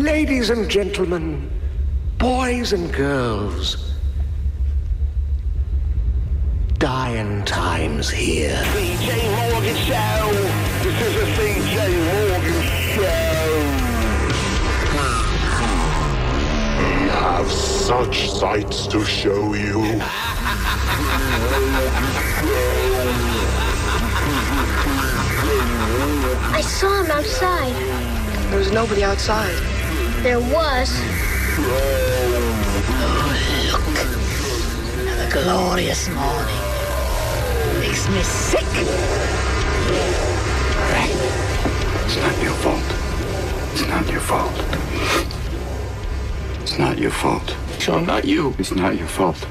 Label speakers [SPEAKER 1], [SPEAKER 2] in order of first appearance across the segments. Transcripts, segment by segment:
[SPEAKER 1] Ladies and gentlemen, boys and girls, dying times here.
[SPEAKER 2] CJ Morgan Show. This is a CJ Morgan Show.
[SPEAKER 3] We have such sights to show you.
[SPEAKER 4] I saw him outside.
[SPEAKER 5] There was nobody outside.
[SPEAKER 4] There was.
[SPEAKER 6] Oh, look at the glorious morning makes me sick.
[SPEAKER 7] Right? It's not your fault. It's not your fault. It's not your fault.
[SPEAKER 8] So not you.
[SPEAKER 7] It's not your fault.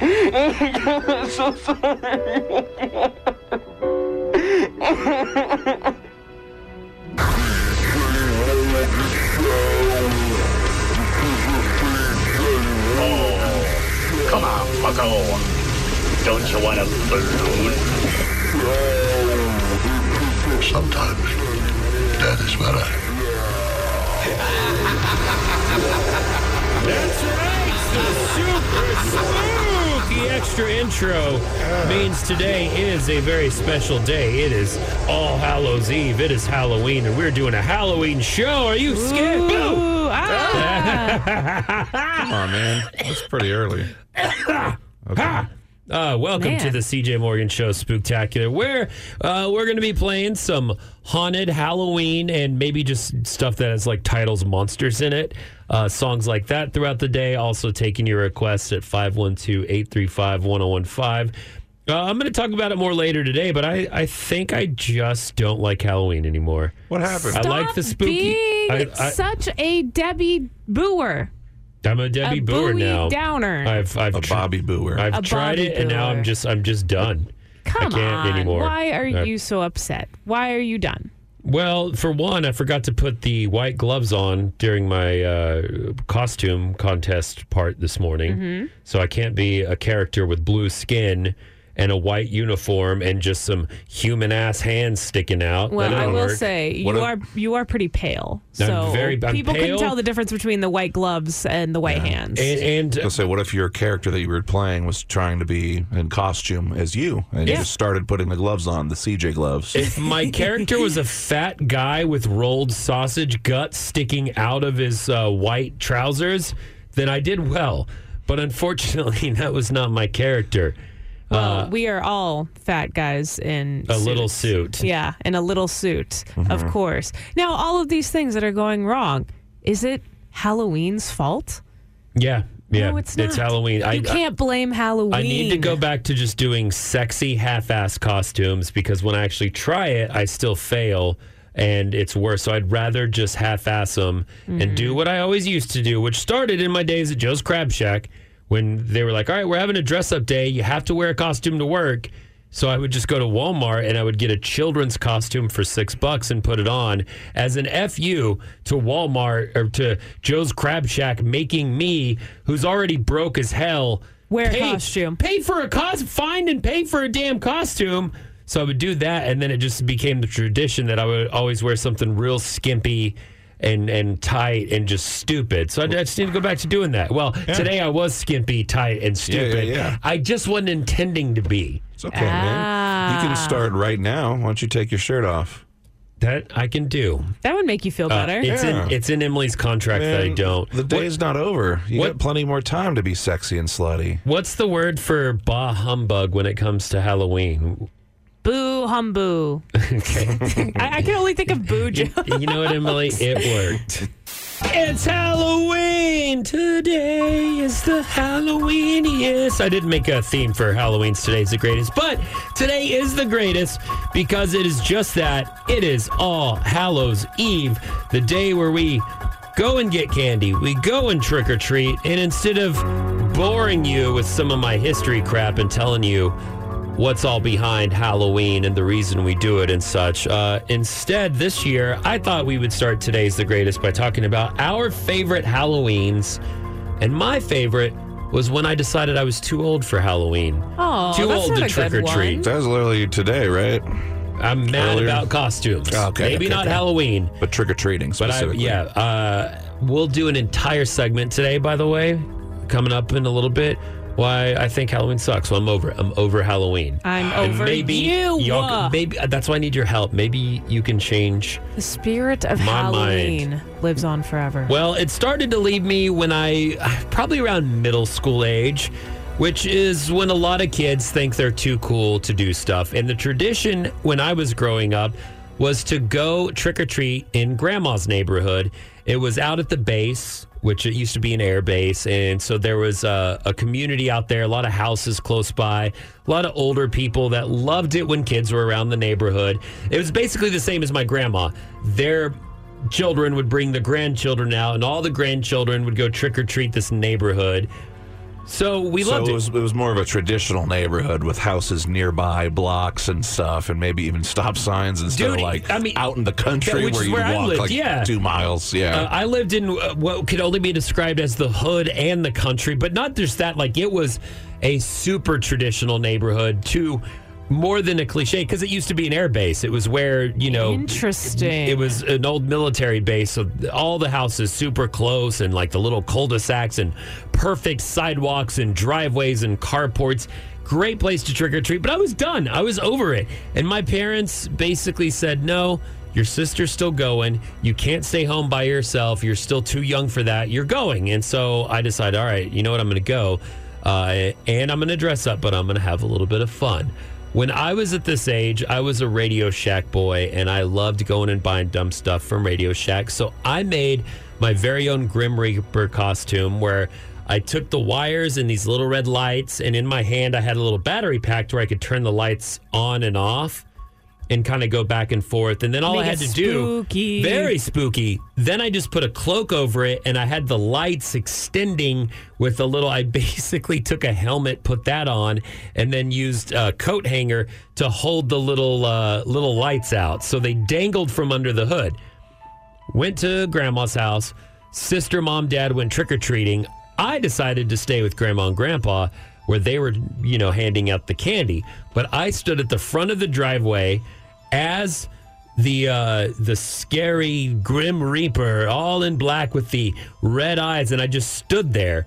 [SPEAKER 8] I'm so sorry.
[SPEAKER 9] oh, come on, bucko. Don't you want a balloon?
[SPEAKER 10] Sometimes that is better.
[SPEAKER 11] That's right, the super spooky extra intro means today is a very special day. It is All Hallows Eve. It is Halloween, and we're doing a Halloween show. Are you scared? Ooh, Boo!
[SPEAKER 12] Ah. oh man, it's pretty early.
[SPEAKER 11] Okay. Uh, welcome Man. to the CJ Morgan Show Spooktacular, where uh, we're going to be playing some haunted Halloween and maybe just stuff that has like titles, monsters in it, uh, songs like that throughout the day. Also, taking your requests at 512 835 1015. Uh, I'm going to talk about it more later today, but I, I think I just don't like Halloween anymore.
[SPEAKER 12] What happened?
[SPEAKER 11] Stop I like the spooky. I,
[SPEAKER 13] I, such a Debbie Booer.
[SPEAKER 11] I'm a Debbie
[SPEAKER 13] a
[SPEAKER 11] Booer
[SPEAKER 13] Bowie
[SPEAKER 11] now.
[SPEAKER 13] Downer.
[SPEAKER 11] I've I've
[SPEAKER 12] a
[SPEAKER 11] tr-
[SPEAKER 12] Bobby Booer.
[SPEAKER 11] I've
[SPEAKER 13] A
[SPEAKER 11] tried
[SPEAKER 13] Bobby
[SPEAKER 11] it and now
[SPEAKER 13] Booer.
[SPEAKER 11] I'm just I'm just done.
[SPEAKER 13] Come
[SPEAKER 11] I can't
[SPEAKER 13] on.
[SPEAKER 11] anymore.
[SPEAKER 13] Why are
[SPEAKER 11] I-
[SPEAKER 13] you so upset? Why are you done?
[SPEAKER 11] Well, for one, I forgot to put the white gloves on during my uh, costume contest part this morning,
[SPEAKER 13] Mm-hmm.
[SPEAKER 11] so I can't be a character with blue skin and a white uniform and just some human ass hands sticking out. That
[SPEAKER 13] Well, I
[SPEAKER 11] doesn't
[SPEAKER 13] will
[SPEAKER 11] work.
[SPEAKER 13] say
[SPEAKER 12] What if-
[SPEAKER 13] you are you are pretty pale.
[SPEAKER 11] I'm
[SPEAKER 13] So
[SPEAKER 11] very- I'm
[SPEAKER 13] people
[SPEAKER 11] pale.
[SPEAKER 13] can tell the difference between the white gloves and the white hands.
[SPEAKER 11] and, and
[SPEAKER 12] Let's say, what if your character that you were playing was trying to be in costume as you, and you
[SPEAKER 13] Yeah.
[SPEAKER 12] just started putting the gloves on, the CJ gloves?
[SPEAKER 11] If my character was a fat guy with rolled sausage guts sticking out of his uh, white trousers, then I did well. But unfortunately, that was not my character.
[SPEAKER 13] well, we are all fat guys in
[SPEAKER 11] A little
[SPEAKER 13] suits.
[SPEAKER 11] suit.
[SPEAKER 13] Yeah, in a little suit, of course. Now, all of these things that are going wrong, is it Halloween's fault?
[SPEAKER 11] Yeah, yeah.
[SPEAKER 13] No, it's not.
[SPEAKER 11] Halloween.
[SPEAKER 13] You can't blame Halloween.
[SPEAKER 11] I need to go back to just doing sexy half-ass costumes because when I actually try it, I still fail and it's worse. So I'd rather just half-ass them and do what I always used to do, which started in my days at Joe's Crab Shack when they were like, "All right, we're having a dress-up day. You have to wear a costume to work." So I would just go to Walmart and I would get a children's costume for six bucks and put it on as an FU to Walmart or to Joe's Crab Shack making me, who's already broke as hell,
[SPEAKER 13] Wear a
[SPEAKER 11] pay-
[SPEAKER 13] costume.
[SPEAKER 11] Pay for a cost, find and pay for a damn costume. So I would do that, and then it just became the tradition that I would always wear something real skimpy. And, and tight and just stupid. So I just need to go back to doing that. Well, today I was skimpy, tight, and
[SPEAKER 12] yeah,
[SPEAKER 11] stupid.
[SPEAKER 12] yeah.
[SPEAKER 11] I just wasn't intending to be.
[SPEAKER 12] it's okay, man. You can
[SPEAKER 13] Ah.
[SPEAKER 12] start right now. Why don't you take your shirt off?
[SPEAKER 11] That I can do.
[SPEAKER 13] That would make you feel
[SPEAKER 11] Uh,
[SPEAKER 13] better.
[SPEAKER 11] it's
[SPEAKER 12] Yeah.
[SPEAKER 11] in it's in Emily's contract that I
[SPEAKER 12] Man,
[SPEAKER 11] don't.
[SPEAKER 12] The day's not over. You
[SPEAKER 11] what-
[SPEAKER 12] got plenty more time to be sexy and slutty.
[SPEAKER 11] What's the word for bah humbug when it comes to Halloween?
[SPEAKER 13] Boo humboo.
[SPEAKER 11] Okay.
[SPEAKER 13] I, I can only think of boo jokes.
[SPEAKER 11] you know what, Emily? It worked. It's Halloween. Today is the Halloween. Yes. I didn't make a theme for Halloween's today's the greatest, but today is the greatest because it is just that. It is All Hallows Eve, the day where we go and get candy, we go and trick or treat, and instead of boring you with some of my history crap and telling you what's all behind Halloween and the reason we do it and such. Uh, instead, this year, I thought we would start today's The Greatest by talking about our favorite Halloweens. And my favorite was when I decided I was too old for Halloween.
[SPEAKER 13] Oh,
[SPEAKER 11] too
[SPEAKER 13] that's
[SPEAKER 11] old
[SPEAKER 13] not
[SPEAKER 11] to
[SPEAKER 13] a
[SPEAKER 11] trick
[SPEAKER 13] good
[SPEAKER 11] or treat.
[SPEAKER 13] one.
[SPEAKER 12] That was literally today, right?
[SPEAKER 11] I'm mad
[SPEAKER 12] Earlier? Oh,
[SPEAKER 11] about costumes.
[SPEAKER 12] Okay,
[SPEAKER 11] Maybe
[SPEAKER 12] okay,
[SPEAKER 11] not
[SPEAKER 12] okay.
[SPEAKER 11] Halloween.
[SPEAKER 12] But trick or treating
[SPEAKER 11] But I,
[SPEAKER 12] specifically.
[SPEAKER 11] yeah, uh, we'll do an entire segment today. By the way, coming up in a little bit. Why I think Halloween sucks. Well, I'm over. it. I'm over Halloween.
[SPEAKER 13] I'm
[SPEAKER 11] And
[SPEAKER 13] over
[SPEAKER 11] maybe
[SPEAKER 13] you.
[SPEAKER 11] all Maybe uh, that's why I need your help. Maybe you can change.
[SPEAKER 13] The spirit of
[SPEAKER 11] My
[SPEAKER 13] Halloween lives on forever.
[SPEAKER 11] Well, it started to leave me when I probably around middle school age, which is when a lot of kids think they're too cool to do stuff. And the tradition when I was growing up was to go trick or treat in grandma's neighborhood. It was out at the base, which it used to be an air base. And so there was a, a community out there, a lot of houses close by, a lot of older people that loved it when kids were around the neighborhood. It was basically the same as my grandma. Their children would bring the grandchildren out, and all the grandchildren would go trick or treat this neighborhood. So we
[SPEAKER 12] so
[SPEAKER 11] loved
[SPEAKER 12] it
[SPEAKER 11] it.
[SPEAKER 12] was, it was more of a traditional neighborhood with houses nearby, blocks and stuff, and maybe even stop signs instead
[SPEAKER 11] Dude,
[SPEAKER 12] of like
[SPEAKER 11] I mean-
[SPEAKER 12] out in the country
[SPEAKER 11] Yeah, which
[SPEAKER 12] where
[SPEAKER 11] is
[SPEAKER 12] you
[SPEAKER 11] where I
[SPEAKER 12] walk
[SPEAKER 11] lived,
[SPEAKER 12] like
[SPEAKER 11] yeah.
[SPEAKER 12] two miles. Yeah.
[SPEAKER 11] Uh, I lived in uh, what could only be described as the hood and the country, but not just that. Like it was a super traditional neighborhood to more than a cliche because it used to be an air base. It was where you know
[SPEAKER 13] Interesting.
[SPEAKER 11] It, was an old military base, so all the houses super close and like the little cul-de-sacs and perfect sidewalks and driveways and carports. Great place to trick or treat, but I was done. I was over it. And my parents basically said, No, your sister's still going. You can't stay home by yourself. You're still too young for that. You're going. And so I decided, All right, you know what? I'm going to go. Uh, and I'm going to dress up, but I'm going to have a little bit of fun. When I was at this age, I was a Radio Shack boy and I loved going and buying dumb stuff from Radio Shack. So I made my very own Grim Reaper costume where I took the wires and these little red lights, and in my hand, I had a little battery pack where I could turn the lights on and off and kind of go back and forth. And then all
[SPEAKER 13] Make
[SPEAKER 11] I had
[SPEAKER 13] it
[SPEAKER 11] to
[SPEAKER 13] spooky.
[SPEAKER 11] do very spooky. Then I just put a cloak over it and I had the lights extending with a little I basically took a helmet, put that on, and then used a coat hanger to hold the little uh, little lights out. So they dangled from under the hood went to grandma's house. Sister, mom, dad went trick or treating. I decided to stay with grandma and grandpa where they were, you know, handing out the candy. But I stood at the front of the driveway as the uh, the scary grim reaper, all in black with the red eyes, and I just stood there.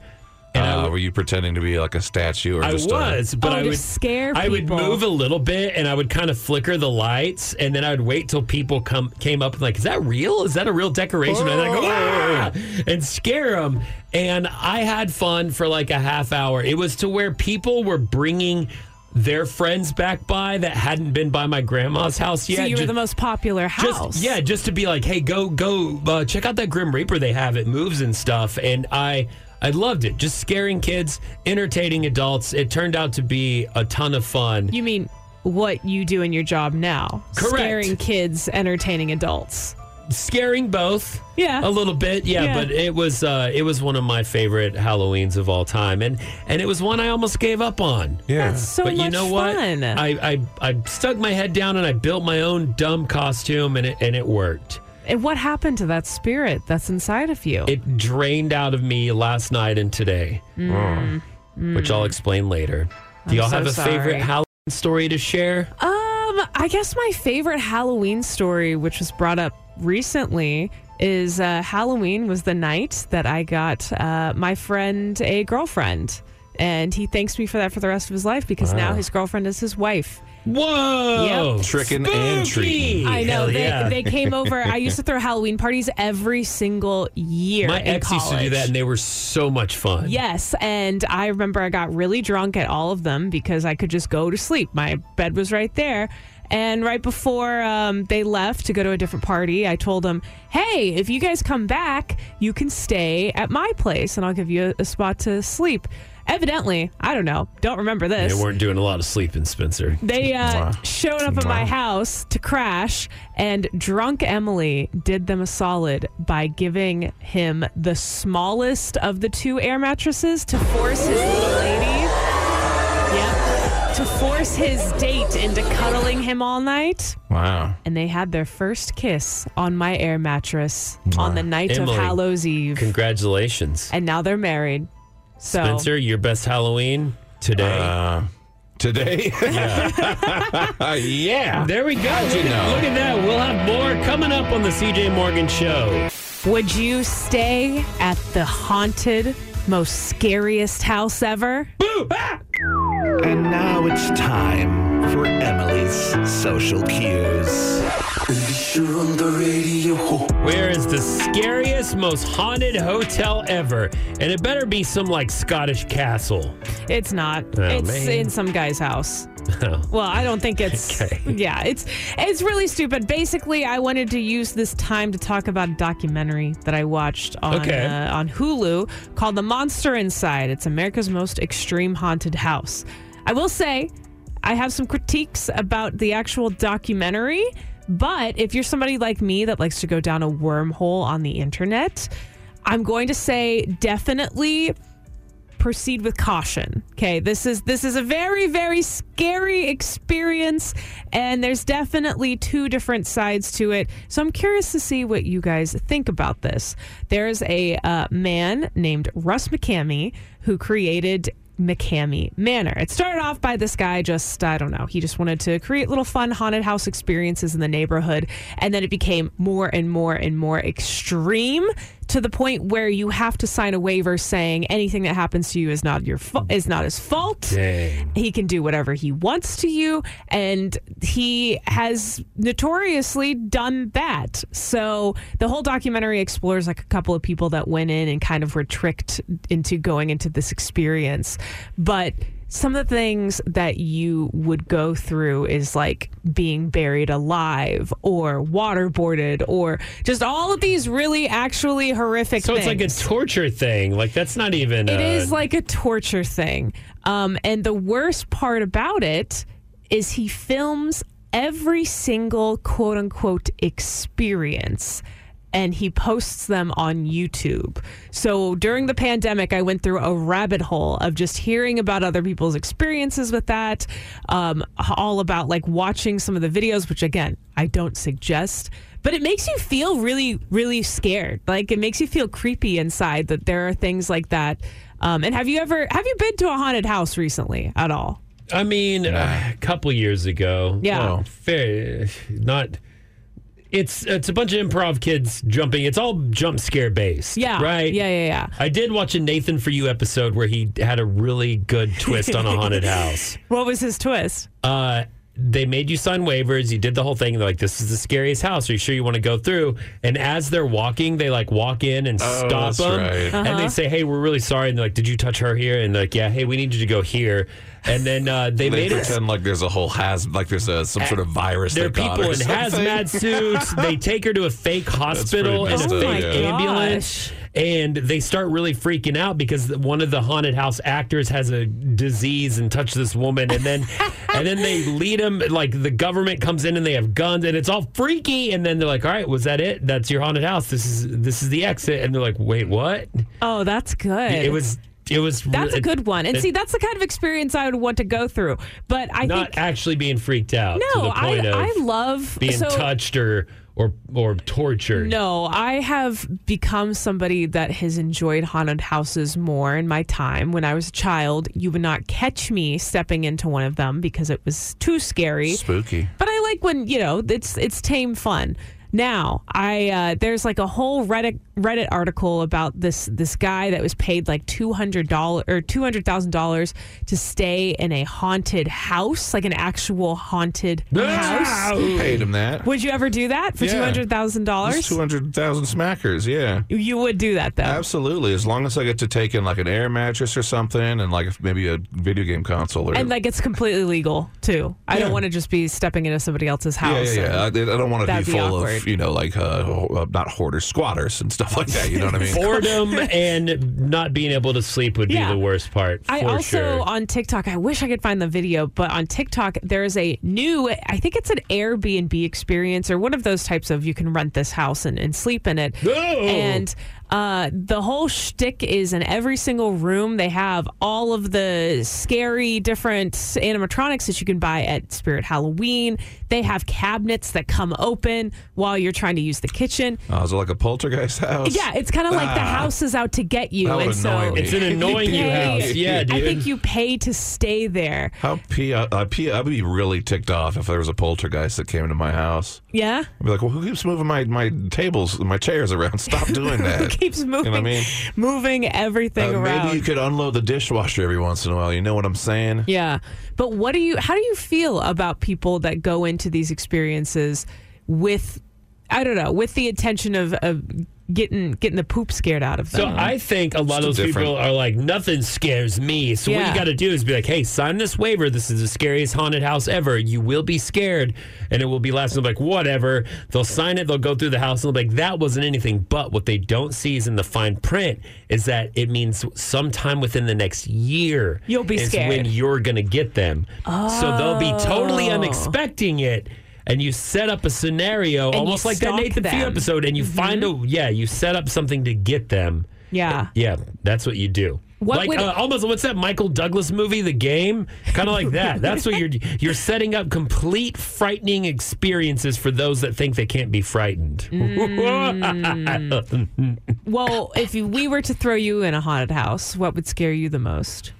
[SPEAKER 11] And I
[SPEAKER 12] Uh, were you pretending to be like a statue or
[SPEAKER 11] I
[SPEAKER 12] just
[SPEAKER 11] was,
[SPEAKER 12] a,
[SPEAKER 11] but
[SPEAKER 13] Oh,
[SPEAKER 11] I
[SPEAKER 13] to
[SPEAKER 11] would
[SPEAKER 13] scare
[SPEAKER 11] I would
[SPEAKER 13] people.
[SPEAKER 11] move a little bit, and I would kind of flicker the lights, and then I would wait till people come came up and like, "Is that real? Is that a real decoration?" And I go, "Ah!" and scare them. And I had fun for like a half hour. It was to where people were bringing their friends back by that hadn't been by my grandma's house yet.
[SPEAKER 13] so you were
[SPEAKER 11] Ju-
[SPEAKER 13] the most popular
[SPEAKER 11] just-
[SPEAKER 13] house.
[SPEAKER 11] yeah, just to be like, hey, go go uh, check out that Grim Reaper they have. It moves and stuff, and I I loved it. Just scaring kids, entertaining adults. It turned out to be a ton of fun.
[SPEAKER 13] You mean what you do in your job now?
[SPEAKER 11] Correct.
[SPEAKER 13] Scaring kids, entertaining adults.
[SPEAKER 11] scaring both.
[SPEAKER 13] Yeah.
[SPEAKER 11] A little bit. Yeah,
[SPEAKER 13] Ah. Yeah.
[SPEAKER 11] but it was uh it was one of my favorite Halloweens of all time and and it was one I almost gave up on.
[SPEAKER 12] Yeah.
[SPEAKER 13] That's so
[SPEAKER 11] but you
[SPEAKER 13] much
[SPEAKER 11] know
[SPEAKER 13] fun.
[SPEAKER 11] what? I, I I stuck my head down and I built my own dumb costume and it and it worked.
[SPEAKER 13] and what happened to that spirit that's inside of you?
[SPEAKER 11] It drained out of me last night and today,
[SPEAKER 12] Oh.
[SPEAKER 11] which I'll explain later. Do
[SPEAKER 13] Mm. I'm
[SPEAKER 11] y'all
[SPEAKER 13] so
[SPEAKER 11] have a
[SPEAKER 13] sorry.
[SPEAKER 11] favorite Halloween story to share?
[SPEAKER 13] Um, I guess my favorite Halloween story, which was brought up recently, is uh, Halloween was the night that I got uh, my friend a girlfriend. And he thanks me for that for the rest of his life because now his girlfriend is his wife.
[SPEAKER 11] Whoa!
[SPEAKER 13] Yep.
[SPEAKER 12] Tricking and treating.
[SPEAKER 13] I know.
[SPEAKER 11] Hell
[SPEAKER 13] They,
[SPEAKER 11] yeah.
[SPEAKER 13] they came over. I used to throw Halloween parties every single year.
[SPEAKER 11] My
[SPEAKER 13] in
[SPEAKER 11] ex used to do
[SPEAKER 13] college.
[SPEAKER 11] that and they were so much fun.
[SPEAKER 13] Yes, and I remember I got really drunk at all of them because I could just go to sleep. My bed was right there. And right before um, they left to go to a different party, I told them, "Hey, if you guys come back, you can stay at my place, and I'll give you a, a spot to sleep." Evidently, I don't know, don't remember this.
[SPEAKER 11] They weren't doing a lot of sleeping, Spencer.
[SPEAKER 13] They uh,
[SPEAKER 12] Wow.
[SPEAKER 13] showed up at my
[SPEAKER 12] Wow.
[SPEAKER 13] house to crash, and drunk Emily did them a solid by giving him the smallest of the two air mattresses to force his little lady. Yep. To force his date into cuddling him all night.
[SPEAKER 12] Wow.
[SPEAKER 13] And they had their first kiss on my air mattress on the night
[SPEAKER 11] Emily,
[SPEAKER 13] of Hallows Eve.
[SPEAKER 11] Congratulations.
[SPEAKER 13] and now they're married. So
[SPEAKER 11] Spencer, your best Halloween today.
[SPEAKER 12] Uh, Today? Yeah. yeah.
[SPEAKER 11] There we go. Look,
[SPEAKER 12] you
[SPEAKER 11] at,
[SPEAKER 12] know?
[SPEAKER 11] look at that. We'll have more coming up on the CJ Morgan Show.
[SPEAKER 13] Would you stay at the haunted, most scariest house ever?
[SPEAKER 11] Boo!
[SPEAKER 12] Ah!
[SPEAKER 14] And now it's time for Emily's social cues.
[SPEAKER 11] You're on the radio. Where is the scariest, most haunted hotel ever? And it better be some like Scottish castle.
[SPEAKER 13] It's not.
[SPEAKER 11] Oh,
[SPEAKER 13] it's
[SPEAKER 11] man.
[SPEAKER 13] in some guy's house.
[SPEAKER 11] Oh.
[SPEAKER 13] Well, I don't think it's yeah, it's it's really stupid. Basically, I wanted to use this time to talk about a documentary that I watched on
[SPEAKER 11] Okay.
[SPEAKER 13] uh, on Hulu called The Monster Inside. It's America's most extreme haunted house. I will say I have some critiques about the actual documentary, but if you're somebody like me that likes to go down a wormhole on the internet, I'm going to say definitely proceed with caution. Okay, this is this is a very very scary experience and there's definitely two different sides to it. So I'm curious to see what you guys think about this. There's a uh, man named Russ McCamey who created McCamey Manor. It started off by this guy just, I don't know, he just wanted to create little fun haunted house experiences in the neighborhood. And then it became more and more and more extreme to the point where you have to sign a waiver saying anything that happens to you is not your fault, is not his fault. He can do whatever he wants to you. And he has notoriously done that. So the whole documentary explores like a couple of people that went in and kind of were tricked into going into this experience. But some of the things that you would go through is like being buried alive or waterboarded or just all of these really actually horrific
[SPEAKER 11] So
[SPEAKER 13] things.
[SPEAKER 11] it's like a torture thing. Like that's not even.
[SPEAKER 13] It
[SPEAKER 11] uh,
[SPEAKER 13] is like a torture thing. Um, and the worst part about it is he films every single quote unquote experience and he posts them on YouTube. So during the pandemic, I went through a rabbit hole of just hearing about other people's experiences with that, um, all about like watching some of the videos, which again, I don't suggest but it makes you feel really really scared like it makes you feel creepy inside that there are things like that um, and have you ever have you been to a haunted house recently at all
[SPEAKER 11] I mean, uh, a couple years ago.
[SPEAKER 13] Yeah.
[SPEAKER 11] Well, fair, not. It's it's a bunch of improv kids jumping. It's all jump scare based.
[SPEAKER 13] Yeah.
[SPEAKER 11] Right.
[SPEAKER 13] Yeah, yeah, yeah.
[SPEAKER 11] I did watch a Nathan for You episode where he had a really good twist on a haunted house.
[SPEAKER 13] what was his twist
[SPEAKER 11] uh, they made you sign waivers. You did the whole thing. They're like, "This is the scariest house. Are you sure you want to go through?" And as they're walking, they like walk in and
[SPEAKER 12] Oh,
[SPEAKER 11] stop
[SPEAKER 12] that's
[SPEAKER 11] them,
[SPEAKER 12] right.
[SPEAKER 11] and they
[SPEAKER 12] Uh-huh.
[SPEAKER 11] say, "Hey, we're really sorry." And they're like, "Did you touch her here?" And they're like, "Yeah, hey, we need you to go here." And then uh, they,
[SPEAKER 12] They,
[SPEAKER 11] made it.
[SPEAKER 12] pretend like there's a whole haz, like there's a, some sort of virus.
[SPEAKER 11] There are
[SPEAKER 12] they got
[SPEAKER 11] people
[SPEAKER 12] or
[SPEAKER 11] in
[SPEAKER 12] something.
[SPEAKER 11] hazmat suits. they take her to a fake hospital and
[SPEAKER 13] Oh
[SPEAKER 12] pretty
[SPEAKER 11] a
[SPEAKER 12] messed up,
[SPEAKER 11] fake
[SPEAKER 12] yeah.
[SPEAKER 11] ambulance. And they start really freaking out because one of the haunted house actors has a disease and touched this woman, and then and then they lead him like the government comes in and they have guns and it's all freaky. And then they're like, "All right, was that it? That's your haunted house. This is this is the exit." And they're like, "Wait, what?"
[SPEAKER 13] oh that's good
[SPEAKER 11] It was it was
[SPEAKER 13] that's a
[SPEAKER 11] it-
[SPEAKER 13] good one and
[SPEAKER 11] it-
[SPEAKER 13] see that's the kind of experience i would want to go through but i
[SPEAKER 11] not
[SPEAKER 13] think
[SPEAKER 11] actually being freaked out. to
[SPEAKER 13] no
[SPEAKER 11] the
[SPEAKER 13] i
[SPEAKER 11] point of,
[SPEAKER 13] i love
[SPEAKER 11] being
[SPEAKER 13] so,
[SPEAKER 11] touched or or or tortured.
[SPEAKER 13] No, I have become somebody that has enjoyed haunted houses more in my time. When I was a child, you would not catch me stepping into one of them because it was too scary.
[SPEAKER 12] Spooky.
[SPEAKER 13] But I like when you know it's it's tame fun. Now I uh, there's like a whole Reddit Reddit article about this this guy that was paid like two hundred dollars or two hundred thousand dollars to stay in a haunted house, like an actual haunted house.
[SPEAKER 12] Who paid him that?
[SPEAKER 13] Would you ever do that for
[SPEAKER 12] Yeah.
[SPEAKER 13] two hundred thousand dollars?
[SPEAKER 12] Two hundred thousand smackers. Yeah.
[SPEAKER 13] You would do that though.
[SPEAKER 12] Absolutely, as long as I get to take in like an air mattress or something, and like maybe a video game console or
[SPEAKER 13] And like it's completely legal too. I don't
[SPEAKER 12] Yeah.
[SPEAKER 13] want to just be stepping into somebody else's
[SPEAKER 12] Yeah,
[SPEAKER 13] house.
[SPEAKER 12] yeah, yeah. I, I don't want to be
[SPEAKER 13] That'd be
[SPEAKER 12] full
[SPEAKER 13] awkward.
[SPEAKER 12] of, you know, like uh, ho- uh, not hoarders, squatters and stuff like that. You know what I mean?
[SPEAKER 11] Boredom and not being able to sleep would
[SPEAKER 13] Yeah.
[SPEAKER 11] be the worst part. For
[SPEAKER 13] I also
[SPEAKER 11] sure.
[SPEAKER 13] on TikTok, I wish I could find the video, but on TikTok there is a new I think it's an Airbnb experience or one of those types of you can rent this house and, and sleep in it.
[SPEAKER 11] No.
[SPEAKER 13] And Uh, the whole shtick is in every single room they have all of the scary different animatronics that you can buy at Spirit Halloween. They have cabinets that come open while you're trying to use the kitchen.
[SPEAKER 12] Oh, is it like a poltergeist house?
[SPEAKER 13] Yeah, it's kind of like the
[SPEAKER 12] Ah.
[SPEAKER 13] house is out to get you,
[SPEAKER 12] That would
[SPEAKER 13] and
[SPEAKER 12] annoy
[SPEAKER 13] so
[SPEAKER 12] me. It's an annoying you
[SPEAKER 13] pay-
[SPEAKER 12] house. Yeah,
[SPEAKER 13] I
[SPEAKER 12] dude.
[SPEAKER 13] think you pay to stay there.
[SPEAKER 12] How P? Uh, P? I'd be really ticked off if there was a poltergeist that came into my house.
[SPEAKER 13] Yeah.
[SPEAKER 12] I'd be like, well, who keeps moving my my tables, my chairs around? Stop doing that.
[SPEAKER 13] Who keeps moving,
[SPEAKER 12] You know what I mean?
[SPEAKER 13] moving everything
[SPEAKER 12] Uh,
[SPEAKER 13] around?
[SPEAKER 12] maybe you could unload the dishwasher every once in a while. You know what I'm saying?
[SPEAKER 13] Yeah. But what do you how do you feel about people that go into these experiences with I don't know, with the intention of, of getting getting the poop scared out of them?
[SPEAKER 11] So I think a lot of those
[SPEAKER 12] It's different.
[SPEAKER 11] people are like, nothing scares me. So what
[SPEAKER 13] Yeah.
[SPEAKER 11] you got to do is be like, hey, sign this waiver. This is the scariest haunted house ever. You will be scared, and it will be last. And they'll be like, whatever. They'll sign it. They'll go through the house and they'll be like, that wasn't anything. But what they don't see is in the fine print is that it means sometime within the next year
[SPEAKER 13] You'll be
[SPEAKER 11] is
[SPEAKER 13] scared.
[SPEAKER 11] when you're gonna get them. So they'll be totally
[SPEAKER 13] Oh.
[SPEAKER 11] unexpecting it. And you set up a scenario
[SPEAKER 13] And you
[SPEAKER 11] almost like that
[SPEAKER 13] stalk
[SPEAKER 11] Nathan Fee
[SPEAKER 13] them. Mm-hmm.
[SPEAKER 11] episode, and you find a yeah, you set up something to get them.
[SPEAKER 13] yeah.
[SPEAKER 11] Yeah, that's what you do.
[SPEAKER 13] Ah. What
[SPEAKER 11] like
[SPEAKER 13] would-
[SPEAKER 11] uh, almost what's that Michael Douglas movie, The Game? Kind of like that. That's what you're you're setting up complete frightening experiences for those that think they can't be frightened.
[SPEAKER 13] Mm. Well, if you, we were to throw you in a haunted house, what would scare you the most?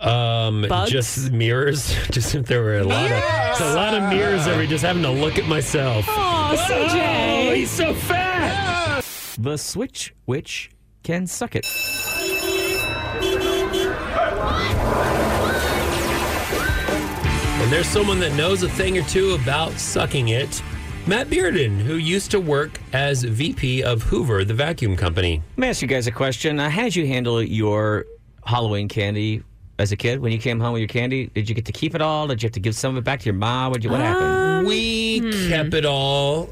[SPEAKER 11] um,
[SPEAKER 13] Bugs?
[SPEAKER 11] just mirrors. Just if there were a lot of it's a lot of mirrors every just having to look at myself.
[SPEAKER 13] Oh, CJ.
[SPEAKER 11] he's so fat.
[SPEAKER 15] The switch witch can suck it.
[SPEAKER 11] And there's someone that knows a thing or two about sucking it. Matt Bearden, who used to work as VP of Hoover, the vacuum company.
[SPEAKER 15] Let me ask you guys a question. Uh, how did you handle your Halloween candy as a kid? When you came home with your candy, did you get to keep it all? Did you have to give some of it back to your mom? What, what
[SPEAKER 13] Uh,
[SPEAKER 15] happened?
[SPEAKER 11] We kept it all,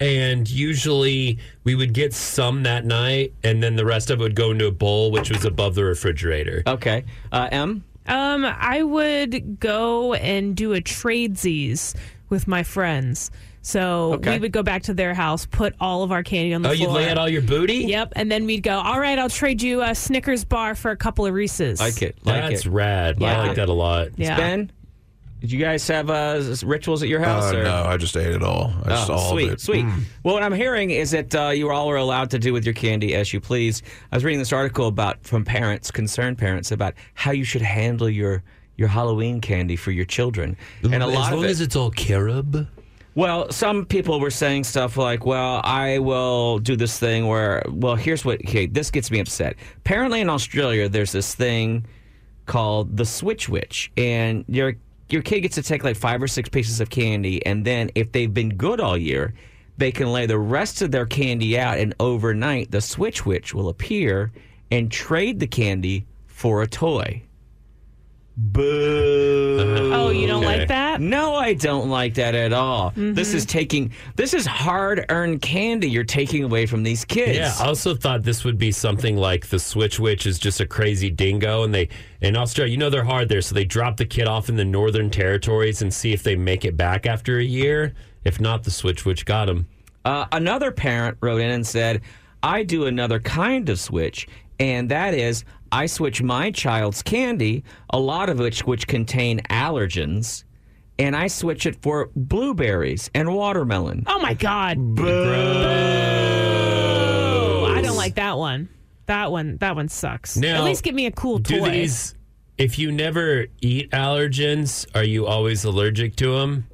[SPEAKER 11] and usually we would get some that night, and then the rest of it would go into a bowl, which was above the refrigerator.
[SPEAKER 15] Okay. Uh, M?
[SPEAKER 13] Um, I would go and do a tradesies with my friends. So
[SPEAKER 11] Okay.
[SPEAKER 13] we would go back to their house, put all of our candy on the
[SPEAKER 11] Oh, you'd
[SPEAKER 13] floor.
[SPEAKER 11] lay out all your booty?
[SPEAKER 13] Yep, and then we'd go. All right, I'll trade you a Snickers bar for a couple of Reese's.
[SPEAKER 11] That's rad.
[SPEAKER 13] Yeah.
[SPEAKER 11] I like that a lot.
[SPEAKER 13] Yeah.
[SPEAKER 15] Ben? Did you guys have uh, s- rituals at your house?
[SPEAKER 12] Uh,
[SPEAKER 15] or?
[SPEAKER 12] no, I just ate it all. I just
[SPEAKER 15] Oh,
[SPEAKER 12] all
[SPEAKER 15] sweet,
[SPEAKER 12] of it.
[SPEAKER 15] sweet.
[SPEAKER 11] Mm.
[SPEAKER 15] Well, what I'm hearing is that uh, you all are allowed to do with your candy as you please. I was reading this article about from parents, concerned parents, about how you should handle your your Halloween candy for your children, and a
[SPEAKER 11] As
[SPEAKER 15] lot
[SPEAKER 11] long
[SPEAKER 15] of it,
[SPEAKER 11] as it's all carob.
[SPEAKER 15] Well, some people were saying stuff like, "Well, I will do this thing where, well, here's what. Okay, this gets me upset. Apparently, in Australia, there's this thing called the Switch Witch, and your your kid gets to take like five or six pieces of candy, and then if they've been good all year, they can lay the rest of their candy out, and overnight, the Switch Witch will appear and trade the candy for a toy. Boo.
[SPEAKER 13] Oh, you don't like that?
[SPEAKER 15] No, I don't like that at all. This
[SPEAKER 13] Mhm.
[SPEAKER 15] is taking this is hard earned candy you're taking away from these kids.
[SPEAKER 11] Yeah, uh- I also thought this would be something like the Switch Witch is just a crazy dingo, and they in Australia, you know, they're hard there, so they drop the kid off in the Northern Territories and see if they make it back after a year. If not, the Switch Witch got him.
[SPEAKER 15] Uh, another parent wrote in and said, I do another kind of switch, and that is I switch my child's candy, a lot of which which contain allergens, and I switch it for blueberries and watermelon.
[SPEAKER 13] Oh my God. Boo. I don't like that one. That one. That one sucks. At
[SPEAKER 11] Now,
[SPEAKER 13] least give me a cool
[SPEAKER 11] Do
[SPEAKER 13] toy.
[SPEAKER 11] these? If you never eat allergens, are you always allergic to them?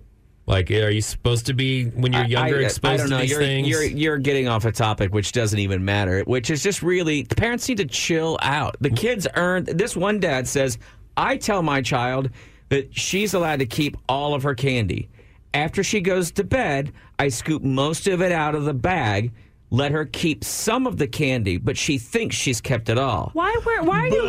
[SPEAKER 11] Like, are you supposed to be when you're younger
[SPEAKER 15] I,
[SPEAKER 11] exposed
[SPEAKER 15] I don't
[SPEAKER 11] to
[SPEAKER 15] know.
[SPEAKER 11] these
[SPEAKER 15] you're,
[SPEAKER 11] things?
[SPEAKER 15] You're, you're getting off a topic which doesn't even matter, which is just really the parents need to chill out. The
[SPEAKER 11] Mm.
[SPEAKER 15] kids earned this one dad says, I tell my child that she's allowed to keep all of her candy. After she goes to bed, I scoop most of it out of the bag, let her keep some of the candy, but she thinks she's kept it all.
[SPEAKER 13] Why? Were, why are you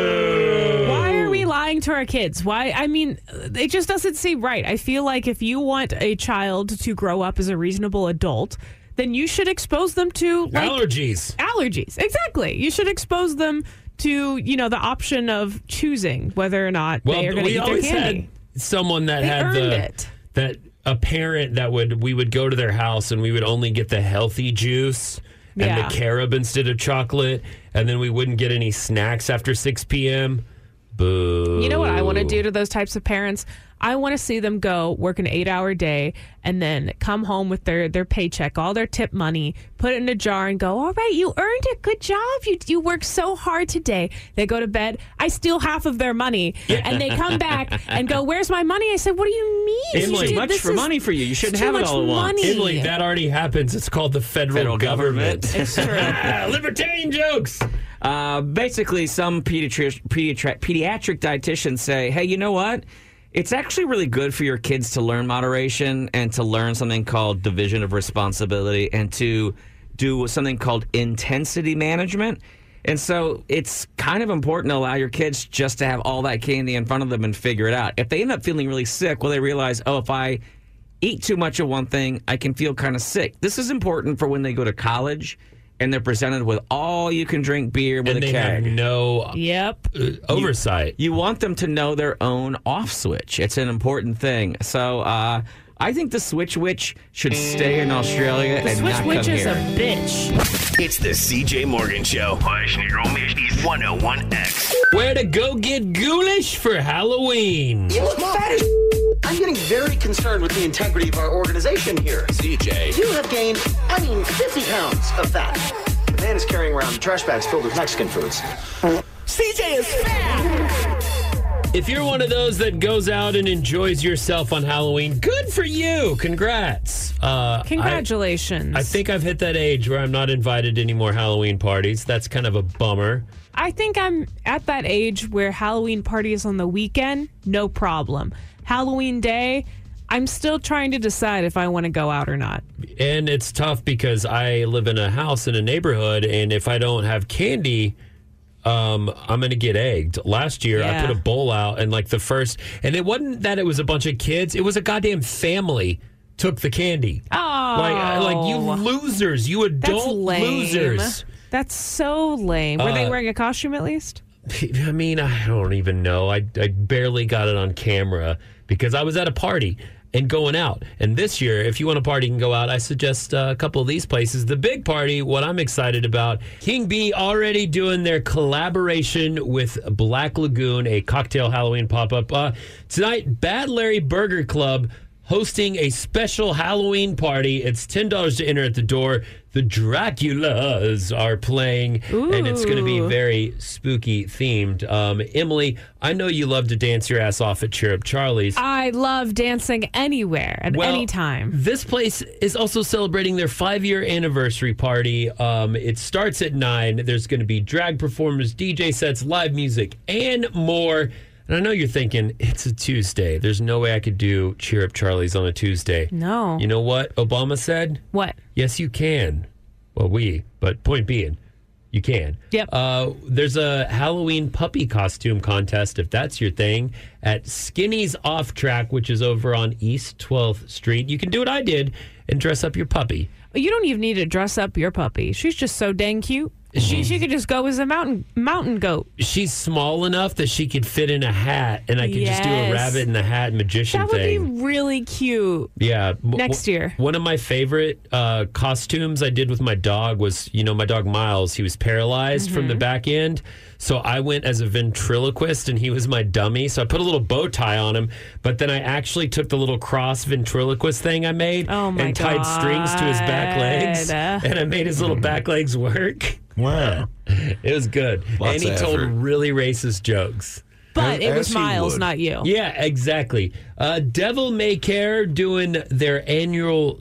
[SPEAKER 13] lying? Why are we lying to our kids? Why? I mean, it just doesn't seem right. I feel like if you want a child to grow up as a reasonable adult, then you should expose them to like,
[SPEAKER 11] Allergies.
[SPEAKER 13] Allergies. Exactly. You should expose them to you know the option of choosing whether or not they are going to
[SPEAKER 11] we
[SPEAKER 13] eat their
[SPEAKER 11] always
[SPEAKER 13] candy.
[SPEAKER 11] had someone that
[SPEAKER 13] They
[SPEAKER 11] had
[SPEAKER 13] earned
[SPEAKER 11] the
[SPEAKER 13] it.
[SPEAKER 11] that a parent that would we would go to their house and we would only get the healthy juice and
[SPEAKER 13] Yeah.
[SPEAKER 11] the carob instead of chocolate, and then we wouldn't get any snacks after 6 p.m. Boo.
[SPEAKER 13] You know what I want to do to those types of parents? I want to see them go work an eight hour day and then come home with their, their paycheck, all their tip money, put it in a jar and go, all right, you earned it. Good job. You, you worked so hard today. They go to bed. I steal half of their money and they come back and go, where's my money? I said, what do you mean?
[SPEAKER 15] It's
[SPEAKER 13] You
[SPEAKER 15] too
[SPEAKER 13] did-
[SPEAKER 15] much
[SPEAKER 13] this
[SPEAKER 15] for
[SPEAKER 13] is-
[SPEAKER 15] money for you. You
[SPEAKER 13] it's
[SPEAKER 15] shouldn't
[SPEAKER 13] too
[SPEAKER 15] have it
[SPEAKER 13] much
[SPEAKER 15] all at once.
[SPEAKER 13] money."
[SPEAKER 11] Emily, that already happens. It's called the federal,
[SPEAKER 15] Federal government.
[SPEAKER 11] government.
[SPEAKER 15] It's true.
[SPEAKER 11] Libertarian jokes.
[SPEAKER 15] Uh, basically, some pediatri- pediatri- pediatric dietitians say, hey, you know what? It's actually really good for your kids to learn moderation and to learn something called division of responsibility and to do something called intensity management. And so it's kind of important to allow your kids just to have all that candy in front of them and figure it out. If they end up feeling really sick, well, they realize, oh, if I eat too much of one thing, I can feel kind of sick. This is important for when they go to college and they're presented with all you can drink beer with
[SPEAKER 11] And
[SPEAKER 15] a
[SPEAKER 11] they have
[SPEAKER 15] keg.
[SPEAKER 11] no
[SPEAKER 13] yep.
[SPEAKER 11] oversight.
[SPEAKER 15] You, want them to know their own off switch. It's an important thing. So uh, I think the Switch Witch should stay in Australia and not come here.
[SPEAKER 13] bitch.
[SPEAKER 16] It's the CJ Morgan Show. Push Nero Mishni's 101X.
[SPEAKER 11] Where to go get ghoulish for Halloween?
[SPEAKER 17] You look fat as I'm getting very concerned with the integrity of our organization here. CJ. You have gained, I mean, 50 pounds of fat. The man is carrying around trash bags filled with Mexican foods.
[SPEAKER 11] CJ is fat. If you're one of those that goes out and enjoys yourself on Halloween, good for you. Congrats. Uh, I-
[SPEAKER 13] Congratulations.
[SPEAKER 11] I think I've hit that age where I'm not invited to any more Halloween parties. That's kind of a bummer.
[SPEAKER 13] I think I'm at that age where Halloween parties on the weekend, no problem. Halloween day, I'm still trying to decide if I want to go out or not.
[SPEAKER 11] And it's tough because I live in a house in a neighborhood, and if I don't have candy, um, I'm gonna get egged. Last year,
[SPEAKER 13] Yeah.
[SPEAKER 11] I put a bowl out, and like the first, and it wasn't that it was a bunch of kids; it was a goddamn family took the candy.
[SPEAKER 13] Oh,
[SPEAKER 11] like, I- like you losers, you
[SPEAKER 13] That's
[SPEAKER 11] adult
[SPEAKER 13] lame.
[SPEAKER 11] losers.
[SPEAKER 13] That's so lame. Were they
[SPEAKER 11] Uh,
[SPEAKER 13] wearing a costume at least?
[SPEAKER 11] I mean, I don't even know. I, I barely got it on camera because I was at a party and going out. And this year, if you want a party and go out, I suggest uh, a couple of these places. The big party, what I'm excited about, King B already doing their collaboration with Black Lagoon, a cocktail Halloween pop up. Uh, tonight, Bad Larry Burger Club hosting a special Halloween party. It's $10 to enter at the door. The Draculas are playing, and it's going to be
[SPEAKER 13] Ooh.
[SPEAKER 11] very spooky themed. Um, Emily, I know you love to dance your ass off at Cheer Up Charlie's.
[SPEAKER 13] I love dancing anywhere at
[SPEAKER 11] Well,
[SPEAKER 13] any time.
[SPEAKER 11] This place is also celebrating their five year anniversary party. Um, it starts at nine. There's going to be drag performers, DJ sets, live music, and more. And I know you're thinking, it's a Tuesday. There's no way I could do Cheer Up Charlie's on a Tuesday.
[SPEAKER 13] No.
[SPEAKER 11] You know what Obama said?
[SPEAKER 13] What?
[SPEAKER 11] Yes, you can. Well, we, but point being, you can.
[SPEAKER 13] Yep.
[SPEAKER 11] Uh, there's a Halloween puppy costume contest, if that's your thing, at Skinny's Off Track, which is over on East 12th Street. You can do what I did and dress up your puppy.
[SPEAKER 13] You don't even need to dress up your puppy. She's just so dang cute. She she could just go as a mountain mountain goat.
[SPEAKER 11] Mm-hmm. She's small enough that she could fit in a hat, and I could just do a
[SPEAKER 13] Yes.
[SPEAKER 11] rabbit in the hat magician
[SPEAKER 13] That would
[SPEAKER 11] thing.
[SPEAKER 13] be really cute.
[SPEAKER 11] Yeah. M-
[SPEAKER 13] Next
[SPEAKER 11] w-
[SPEAKER 13] year.
[SPEAKER 11] One of my favorite uh, costumes I did with my dog was, you know, my dog Miles. He was paralyzed from the
[SPEAKER 13] Mm-hmm.
[SPEAKER 11] back end. So I went as a ventriloquist and he was my dummy. So I put a little bow tie on him, but then I actually took the little cross ventriloquist thing I made
[SPEAKER 13] Oh my
[SPEAKER 11] and tied strings to his back legs.
[SPEAKER 13] God.
[SPEAKER 11] And I made his little back legs work. Wow. it was good.
[SPEAKER 12] Lots
[SPEAKER 11] and he
[SPEAKER 12] of
[SPEAKER 11] told
[SPEAKER 12] effort.
[SPEAKER 11] really racist jokes.
[SPEAKER 13] But it was Miles, not you.
[SPEAKER 11] Yeah, exactly. Uh, Devil May Care doing their annual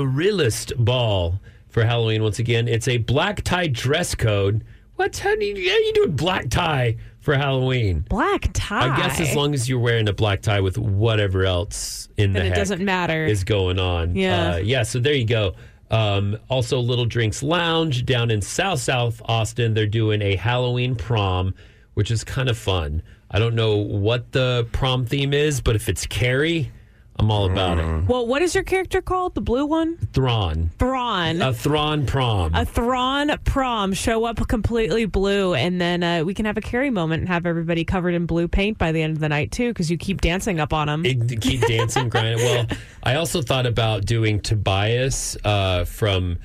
[SPEAKER 11] Surrealist Ball for Halloween once again. It's a black tie dress code. What? How do you, how you doing black tie for Halloween?
[SPEAKER 13] Black tie.
[SPEAKER 11] I guess as long as you're wearing a black tie with whatever else in the
[SPEAKER 13] Then it
[SPEAKER 11] heck
[SPEAKER 13] doesn't matter.
[SPEAKER 11] is going on.
[SPEAKER 13] Yeah.
[SPEAKER 11] Uh, yeah. So there you go. Um, also, Little Drinks Lounge down in South South Austin, they're doing a Halloween prom, which is kind of fun. I don't know what the prom theme is, but if it's Carrie, I'm all about it.
[SPEAKER 13] Well, what is your character called? The blue one?
[SPEAKER 11] Thrawn,
[SPEAKER 13] Thrawn.
[SPEAKER 11] a Thrawn prom.
[SPEAKER 13] a Thrawn prom. Show up completely blue, and then uh, we can have a carry moment and have everybody covered in blue paint by the end of the night, too, because you keep dancing up on them.
[SPEAKER 11] Ig- keep dancing, grind it. Well, I also thought about doing Tobias uh, from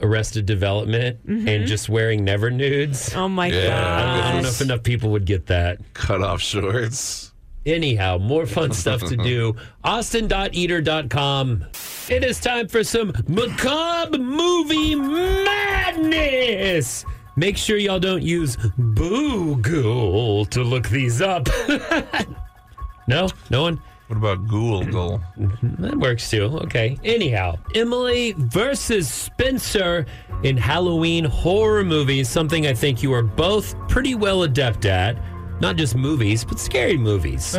[SPEAKER 11] Arrested Development
[SPEAKER 13] Mhm.
[SPEAKER 11] and just wearing never nudes.
[SPEAKER 13] Oh my
[SPEAKER 11] Yeah, I don't know
[SPEAKER 13] gosh.
[SPEAKER 11] if enough people would get that.
[SPEAKER 12] Cut off shorts.
[SPEAKER 11] Anyhow, more fun stuff to do. Austin.eater.com. It is time for some macabre movie madness. Make sure y'all don't use Boo Google to look these up. no? No one?
[SPEAKER 12] What about Google?
[SPEAKER 11] that works too. Okay. Anyhow, Emily versus Spencer in Halloween horror movies, something I think you are both pretty well adept at. Not just movies, but scary movies.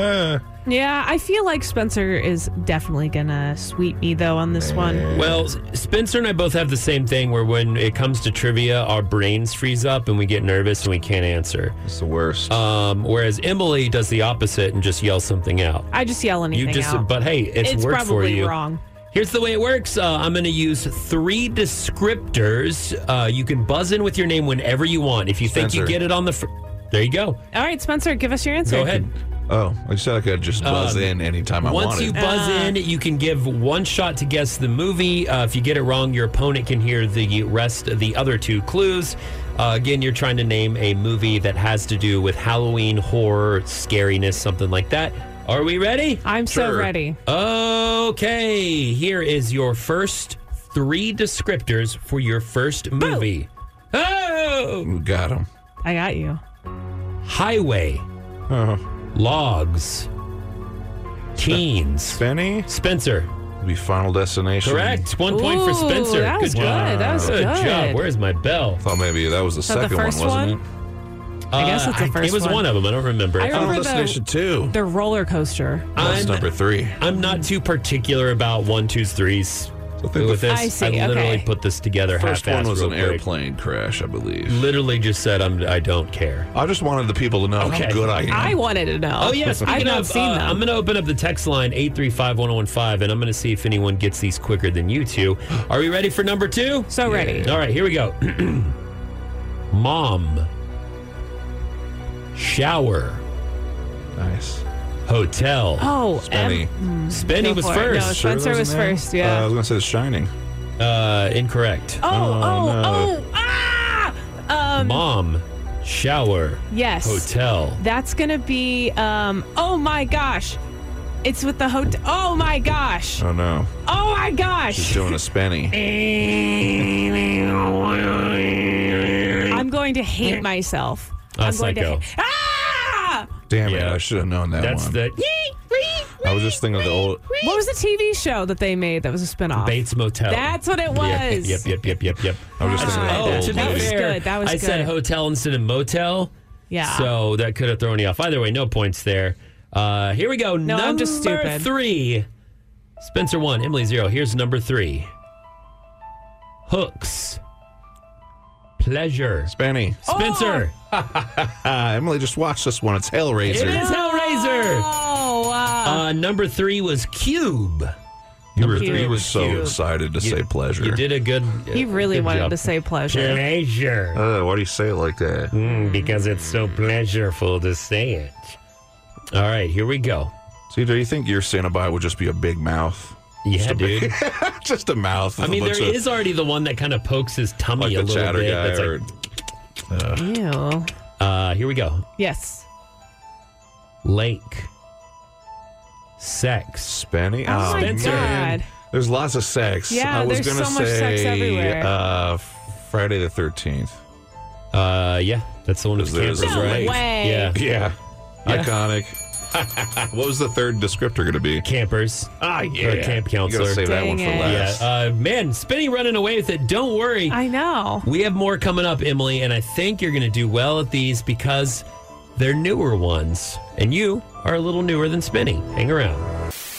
[SPEAKER 13] Yeah, I feel like Spencer is definitely gonna sweep me though on this one.
[SPEAKER 11] Well, S- Spencer and I both have the same thing where when it comes to trivia, our brains freeze up and we get nervous and we can't answer.
[SPEAKER 12] It's the worst.
[SPEAKER 11] Um, whereas Emily does the opposite and just yells something out.
[SPEAKER 13] I just yell anything
[SPEAKER 11] You just,
[SPEAKER 13] out.
[SPEAKER 11] but hey, it's,
[SPEAKER 13] It's
[SPEAKER 11] worked for
[SPEAKER 13] probably
[SPEAKER 11] you.
[SPEAKER 13] wrong.
[SPEAKER 11] Here's the way it works. Uh, I'm going to use three descriptors. Uh, you can buzz in with your name whenever you want. If you think
[SPEAKER 12] Spencer.
[SPEAKER 11] you get it on the, fr- there you go.
[SPEAKER 13] All right, Spencer, give us your answer.
[SPEAKER 11] Go ahead.
[SPEAKER 12] Oh, I said I could just buzz
[SPEAKER 11] Um,
[SPEAKER 12] in anytime I
[SPEAKER 11] Once
[SPEAKER 12] wanted.
[SPEAKER 11] you buzz in, you can give one shot to guess the movie. Uh, if you get it wrong, your opponent can hear the rest of the other two clues. Uh, again, you're trying to name a movie that has to do with Halloween horror, scariness, something like that. Are we ready?
[SPEAKER 13] I'm so Sure. ready.
[SPEAKER 11] Okay, here is your first three descriptors for your first movie. Oh,
[SPEAKER 12] got him.
[SPEAKER 13] I got you.
[SPEAKER 11] Highway.
[SPEAKER 12] Uh-huh.
[SPEAKER 11] Logs. Teens.
[SPEAKER 12] Spenny?
[SPEAKER 11] Spencer.
[SPEAKER 12] Be Final Destination.
[SPEAKER 11] Correct. One point for Spencer.
[SPEAKER 13] that was
[SPEAKER 11] good job.
[SPEAKER 13] good. That was good.
[SPEAKER 11] job. Where's my bell?
[SPEAKER 12] Thought maybe that was the
[SPEAKER 13] So the
[SPEAKER 12] second
[SPEAKER 13] first
[SPEAKER 12] one, wasn't
[SPEAKER 13] one?
[SPEAKER 12] it?
[SPEAKER 13] I guess
[SPEAKER 11] Uh,
[SPEAKER 13] it's the first
[SPEAKER 11] It was
[SPEAKER 13] one.
[SPEAKER 11] one. of them. I don't remember.
[SPEAKER 13] I remember the,
[SPEAKER 12] two.
[SPEAKER 13] the roller coaster.
[SPEAKER 11] I'm,
[SPEAKER 12] number three.
[SPEAKER 11] I'm not too particular about one, twos, threes
[SPEAKER 12] the
[SPEAKER 11] with this.
[SPEAKER 13] I see,
[SPEAKER 11] literally
[SPEAKER 13] okay.
[SPEAKER 11] put this together
[SPEAKER 12] First
[SPEAKER 11] half-assed
[SPEAKER 12] one was
[SPEAKER 11] real
[SPEAKER 12] an
[SPEAKER 11] quick.
[SPEAKER 12] airplane crash, I believe.
[SPEAKER 11] Literally just said I'm, I don't care.
[SPEAKER 12] I just wanted the people to know
[SPEAKER 11] Okay.
[SPEAKER 12] how good I am.
[SPEAKER 13] I wanted to know.
[SPEAKER 11] Oh, yes.
[SPEAKER 13] I've not seen them.
[SPEAKER 11] I'm going to open up the text line 835-1015, and I'm going to see if anyone gets these quicker than you two. Are we ready for number two?
[SPEAKER 13] So ready.
[SPEAKER 11] All right, here we go. Mom. Shower.
[SPEAKER 12] Nice.
[SPEAKER 11] Hotel.
[SPEAKER 13] Oh,
[SPEAKER 12] Spenny.
[SPEAKER 13] Em- mm,
[SPEAKER 11] Spenny
[SPEAKER 13] go
[SPEAKER 11] was
[SPEAKER 13] for it.
[SPEAKER 11] first.
[SPEAKER 13] No, Spencer was first.
[SPEAKER 12] Uh, I
[SPEAKER 13] Yeah.
[SPEAKER 12] was going to say The Shining.
[SPEAKER 11] Uh, incorrect.
[SPEAKER 13] oh, oh,
[SPEAKER 12] no.
[SPEAKER 13] oh, ah! Um,
[SPEAKER 11] Mom. Shower.
[SPEAKER 13] Yes.
[SPEAKER 11] Hotel.
[SPEAKER 13] That's gonna be. Um. Oh my gosh, it's with the hotel. Oh my gosh.
[SPEAKER 12] Oh, no.
[SPEAKER 13] Oh my
[SPEAKER 12] She's
[SPEAKER 13] gosh.
[SPEAKER 12] doing a Spenny.
[SPEAKER 13] I'm going to hate
[SPEAKER 12] Uh,
[SPEAKER 13] myself.
[SPEAKER 11] Oh,
[SPEAKER 13] I'm going
[SPEAKER 12] Psycho.
[SPEAKER 13] to. Hate- ah!
[SPEAKER 12] Damn it. I should have known that
[SPEAKER 11] That's
[SPEAKER 12] one.
[SPEAKER 11] the
[SPEAKER 12] I was just thinking of the old.
[SPEAKER 13] What was the TV show that they made that was a spinoff?
[SPEAKER 11] Bates Motel.
[SPEAKER 13] That's what it was.
[SPEAKER 11] Yep, yep, yep, yep, yep.
[SPEAKER 12] I was just thinking of the
[SPEAKER 11] Oh,
[SPEAKER 12] old.
[SPEAKER 11] to be
[SPEAKER 13] That was
[SPEAKER 11] fair,
[SPEAKER 13] good. That was
[SPEAKER 11] I said
[SPEAKER 13] good.
[SPEAKER 11] hotel instead of motel.
[SPEAKER 13] Yeah.
[SPEAKER 11] So that could have thrown you off. Either way, no points there. Uh, here we go.
[SPEAKER 13] No,
[SPEAKER 11] number
[SPEAKER 13] I'm just stupid.
[SPEAKER 11] three. Spencer one, Emily zero. Here's number three. Hooks. Pleasure.
[SPEAKER 12] Spenny.
[SPEAKER 13] Oh,
[SPEAKER 11] Spencer.
[SPEAKER 12] uh, Emily just watched this one. It's Hellraiser.
[SPEAKER 11] It is Hellraiser.
[SPEAKER 13] Oh. Uh,
[SPEAKER 11] Uh, number three was Cube.
[SPEAKER 12] You were,
[SPEAKER 13] Cute.
[SPEAKER 12] you were so
[SPEAKER 11] Cute.
[SPEAKER 12] excited to say pleasure.
[SPEAKER 11] You did a good. uh,
[SPEAKER 13] he really
[SPEAKER 11] good
[SPEAKER 13] wanted
[SPEAKER 11] job.
[SPEAKER 13] to say pleasure.
[SPEAKER 11] Pleasure.
[SPEAKER 12] Uh, why do you say it like that?
[SPEAKER 11] Mm, because it's so pleasureful to say it. All right, here we go.
[SPEAKER 12] See, do you think your Cenobite would just be a big mouth?
[SPEAKER 11] Yeah,
[SPEAKER 12] just a big-
[SPEAKER 11] dude.
[SPEAKER 12] just a mouth.
[SPEAKER 11] I
[SPEAKER 12] with a
[SPEAKER 11] mean, there
[SPEAKER 12] bunch
[SPEAKER 11] is
[SPEAKER 12] of-
[SPEAKER 11] already the one that kind of pokes his tummy
[SPEAKER 12] like
[SPEAKER 11] a
[SPEAKER 12] the
[SPEAKER 11] little
[SPEAKER 12] chatter
[SPEAKER 11] bit.
[SPEAKER 12] guy.
[SPEAKER 11] That's
[SPEAKER 12] or,
[SPEAKER 11] like,
[SPEAKER 13] Ew.
[SPEAKER 11] uh, here we go.
[SPEAKER 13] Yes.
[SPEAKER 11] Lake. Sex.
[SPEAKER 12] Spenny.
[SPEAKER 13] Oh, my
[SPEAKER 11] Spencer.
[SPEAKER 13] God.
[SPEAKER 12] There's lots of sex.
[SPEAKER 13] Yeah,
[SPEAKER 12] I was
[SPEAKER 13] there's
[SPEAKER 12] gonna
[SPEAKER 13] so much
[SPEAKER 12] say,
[SPEAKER 13] sex everywhere.
[SPEAKER 12] Uh, Friday the Thirteenth.
[SPEAKER 11] Uh, yeah, that's the one with the
[SPEAKER 12] There's-
[SPEAKER 11] campers,
[SPEAKER 12] No
[SPEAKER 11] right?
[SPEAKER 13] way.
[SPEAKER 11] Yeah.
[SPEAKER 12] Yeah.
[SPEAKER 11] Yeah.
[SPEAKER 12] Iconic. what was the third descriptor going to be?
[SPEAKER 11] Campers.
[SPEAKER 12] Ah, yeah.
[SPEAKER 11] Or camp counselor.
[SPEAKER 12] You gotta save that one
[SPEAKER 13] Dang
[SPEAKER 12] for
[SPEAKER 13] it.
[SPEAKER 12] last.
[SPEAKER 11] Yeah. Uh, man, Spinny running away with it. Don't worry.
[SPEAKER 13] I know.
[SPEAKER 11] We have more coming up, Emily, and I think you're going to do well at these because they're newer ones, and you are a little newer than Spinny. Hang around.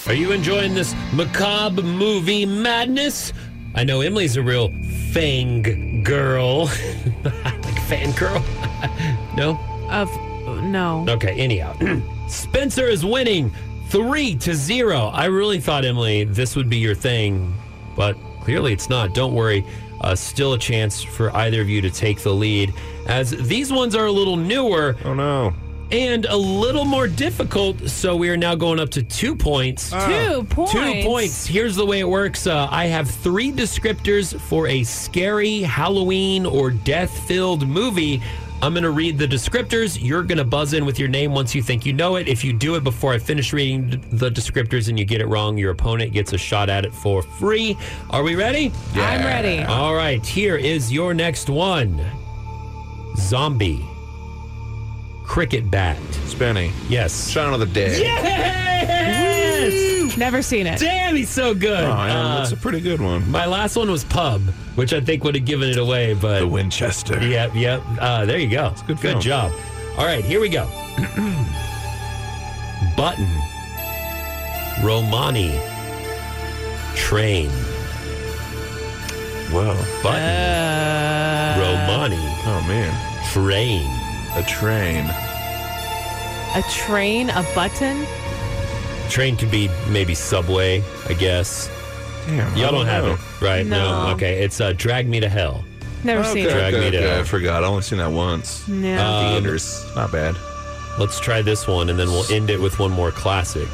[SPEAKER 11] Are you enjoying this macabre movie madness? I know Emily's a real fang girl, like fan girl. no,
[SPEAKER 13] Of no.
[SPEAKER 11] Okay, anyhow. Spencer is winning three to zero. I really thought, Emily, this would be your thing, but clearly it's not. Don't worry. Uh, still a chance for either of you to take the lead, as these ones are a little newer.
[SPEAKER 12] Oh no.
[SPEAKER 11] and a little more difficult. So we are now going up to two points.
[SPEAKER 13] Two points.
[SPEAKER 11] Uh, Two points. Here's the way it works. Uh, I have three descriptors for a scary Halloween or death-filled movie. I'm going to read the descriptors. You're going to buzz in with your name once you think you know it. If you do it before I finish reading th- the descriptors and you get it wrong, your opponent gets a shot at it for free. Are we ready?
[SPEAKER 13] I'm ready.
[SPEAKER 11] All right, here is your next one Zombie. Cricket bat.
[SPEAKER 12] Spinny.
[SPEAKER 11] Yes.
[SPEAKER 12] Shaun of the Dead.
[SPEAKER 13] Yes! Never seen it.
[SPEAKER 11] Damn, he's so good.
[SPEAKER 12] Oh, man,
[SPEAKER 11] Uh,
[SPEAKER 12] that's a pretty good one.
[SPEAKER 11] my last one was pub, which I think would have given it away, but the
[SPEAKER 12] Winchester.
[SPEAKER 11] Yep, yep. Uh, there you go. good
[SPEAKER 12] film.
[SPEAKER 11] job. All right, here we go. Button, Romani, train.
[SPEAKER 12] Well,
[SPEAKER 11] button,
[SPEAKER 12] Uh.
[SPEAKER 11] Romani.
[SPEAKER 12] Oh man,
[SPEAKER 11] train.
[SPEAKER 12] A train.
[SPEAKER 13] A train, a button.
[SPEAKER 11] Train could be maybe subway, I guess.
[SPEAKER 12] Damn, I
[SPEAKER 11] Y'all don't
[SPEAKER 12] don't
[SPEAKER 11] have
[SPEAKER 12] know.
[SPEAKER 11] it, right?
[SPEAKER 13] No.
[SPEAKER 11] Okay, it's uh, Drag Me to Hell.
[SPEAKER 13] Never seen
[SPEAKER 11] Drag
[SPEAKER 13] it.
[SPEAKER 11] Me to
[SPEAKER 12] Okay, I
[SPEAKER 11] Hell.
[SPEAKER 12] forgot. I only seen that once.
[SPEAKER 13] No.
[SPEAKER 11] Um,
[SPEAKER 12] Theaters. Not bad.
[SPEAKER 11] Let's try this one, and then we'll end it with one more classic.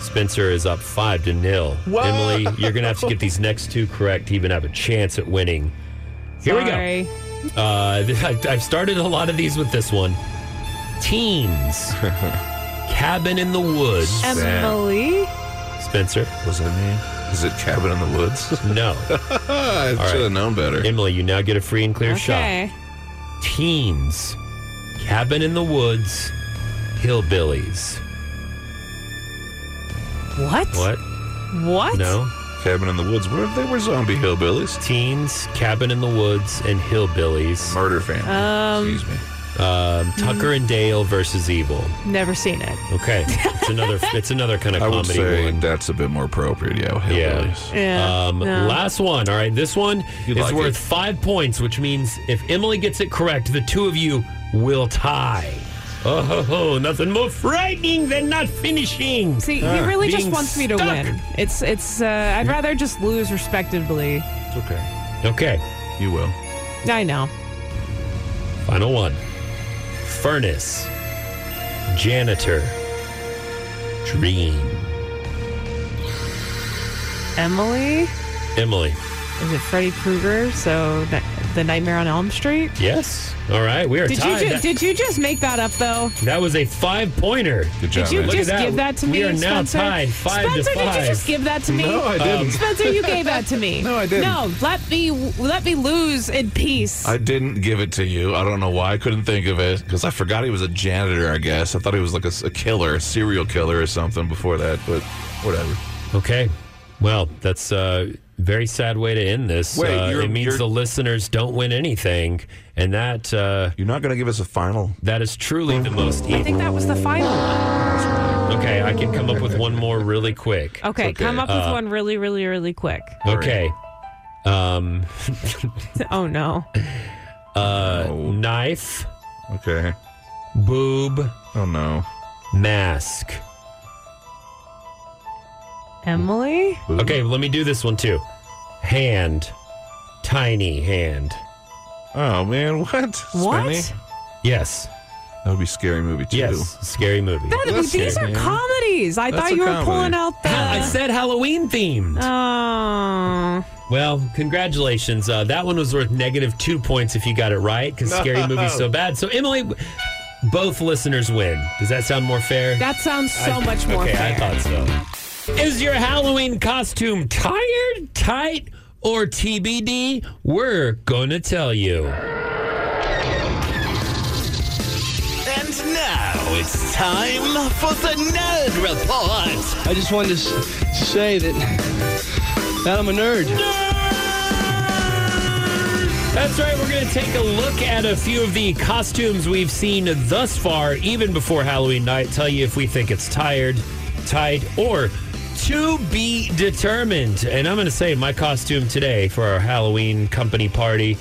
[SPEAKER 11] Spencer is up five to nil.
[SPEAKER 13] Whoa!
[SPEAKER 11] Emily, you're gonna have to get these next two correct to even have a chance at winning. Here
[SPEAKER 13] Sorry.
[SPEAKER 11] we go. Uh, I, I've started a lot of these with this one. Teens, cabin in the woods.
[SPEAKER 13] Emily.
[SPEAKER 11] Spencer,
[SPEAKER 12] was that me? Is it Cabin in the Woods?
[SPEAKER 11] No.
[SPEAKER 12] I should have known better.
[SPEAKER 11] Emily, you now get a free and clear
[SPEAKER 13] Okay.
[SPEAKER 11] shot. Teens, cabin in the woods, hillbillies.
[SPEAKER 13] What?
[SPEAKER 11] What?
[SPEAKER 13] What?
[SPEAKER 11] No.
[SPEAKER 12] Cabin in the Woods. What if they were zombie hillbillies?
[SPEAKER 11] Teens, Cabin in the Woods, and Hillbillies.
[SPEAKER 12] Murder Family.
[SPEAKER 13] Um,
[SPEAKER 12] Excuse me.
[SPEAKER 11] Um, Tucker and Dale versus Evil.
[SPEAKER 13] Never seen it.
[SPEAKER 11] Okay, it's another. It's another kind of
[SPEAKER 12] I would
[SPEAKER 11] comedy
[SPEAKER 12] say
[SPEAKER 11] one.
[SPEAKER 12] that's a bit more appropriate. Yeah, hillbillies.
[SPEAKER 13] Yeah,
[SPEAKER 11] Um,
[SPEAKER 13] no.
[SPEAKER 11] Last one. All right, this one
[SPEAKER 12] You
[SPEAKER 11] is
[SPEAKER 12] like
[SPEAKER 11] worth
[SPEAKER 12] it.
[SPEAKER 11] five points, which means if Emily gets it correct, the two of you will tie. Oh, ho, ho, nothing more frightening than not finishing. Ah,
[SPEAKER 13] See, he really just
[SPEAKER 11] Uh, Being
[SPEAKER 13] wants me to
[SPEAKER 11] stuck. Mm.
[SPEAKER 13] win. It's it's. Uh, I'd rather just lose respectably.
[SPEAKER 12] It's okay.
[SPEAKER 11] Okay,
[SPEAKER 12] You will.
[SPEAKER 13] I know.
[SPEAKER 11] final one. Furnace, janitor, dream.
[SPEAKER 13] Emily.
[SPEAKER 11] Emily.
[SPEAKER 13] Is it Freddy Krueger? So that, the Nightmare on Elm Street.
[SPEAKER 11] Yes. All right. We are
[SPEAKER 13] Did you
[SPEAKER 11] tied.
[SPEAKER 13] ju-
[SPEAKER 11] that,
[SPEAKER 13] did you just make that up though?
[SPEAKER 11] that was a five pointer.
[SPEAKER 12] Good
[SPEAKER 13] Did you
[SPEAKER 11] Look at
[SPEAKER 13] just
[SPEAKER 11] that.
[SPEAKER 13] give that to me?
[SPEAKER 11] We are now
[SPEAKER 13] Spencer?
[SPEAKER 11] tied five
[SPEAKER 13] Spencer,
[SPEAKER 11] to five. Um,
[SPEAKER 13] did you just give that to me?
[SPEAKER 12] No, I didn't.
[SPEAKER 13] Spencer, you gave that to me.
[SPEAKER 12] No, I didn't.
[SPEAKER 13] No, let me let me lose in peace.
[SPEAKER 12] I didn't give it to you. I don't know why I couldn't think of it because I forgot he was a janitor. I guess I thought he was like a, s- a killer, a serial killer or something before that. But whatever.
[SPEAKER 11] Okay. Well, that's a very sad way to end this.
[SPEAKER 12] Wait,
[SPEAKER 11] Uh,
[SPEAKER 12] you're-
[SPEAKER 11] it means
[SPEAKER 12] you're-
[SPEAKER 11] the listeners don't win anything, and that uh,
[SPEAKER 12] You're not going to give us a final.
[SPEAKER 11] that is truly the most.
[SPEAKER 13] I
[SPEAKER 11] E-
[SPEAKER 13] think that was the final one.
[SPEAKER 11] okay, I can come up with one more really quick.
[SPEAKER 13] Okay,
[SPEAKER 12] okay.
[SPEAKER 13] come up with
[SPEAKER 11] Uh,
[SPEAKER 13] one really, really, really quick.
[SPEAKER 11] Okay. Um,
[SPEAKER 13] Oh no.
[SPEAKER 11] uh,
[SPEAKER 12] Oh.
[SPEAKER 11] knife,
[SPEAKER 12] Okay.
[SPEAKER 11] boob,
[SPEAKER 12] Oh no.
[SPEAKER 11] mask.
[SPEAKER 13] Emily?
[SPEAKER 11] Okay, let me do this one too. Hand, tiny hand.
[SPEAKER 12] Oh man, what?
[SPEAKER 13] What?
[SPEAKER 12] Spinny?
[SPEAKER 11] Yes.
[SPEAKER 12] That would be a scary movie too.
[SPEAKER 11] Yes. Scary movie.
[SPEAKER 13] That'd be-
[SPEAKER 12] That's
[SPEAKER 13] these
[SPEAKER 12] scary,
[SPEAKER 13] are
[SPEAKER 12] man.
[SPEAKER 13] comedies. I
[SPEAKER 12] That's
[SPEAKER 13] thought
[SPEAKER 12] a
[SPEAKER 13] you were
[SPEAKER 12] comedy.
[SPEAKER 13] pulling out the
[SPEAKER 11] I said Halloween themed.
[SPEAKER 13] Uh, Oh.
[SPEAKER 11] Well, congratulations. Uh, that one was worth negative two points if you got it right, because Scary Movie's so bad. So, Emily, both listeners win. Does that sound more fair?
[SPEAKER 13] That sounds so
[SPEAKER 11] I-
[SPEAKER 13] much more
[SPEAKER 11] okay,
[SPEAKER 13] fair.
[SPEAKER 11] I thought so. Is your Halloween costume tired, tight, or TBD? We're going to tell you.
[SPEAKER 14] And now it's time for the Nerd Report.
[SPEAKER 18] I just wanted to s- say that that I'm a nerd.
[SPEAKER 11] That's right. We're going to take a look at a few of the costumes we've seen thus far, even before Halloween night. Tell you if we think it's tired, tight, or to be determined. And I'm going to say my costume today for our Halloween company party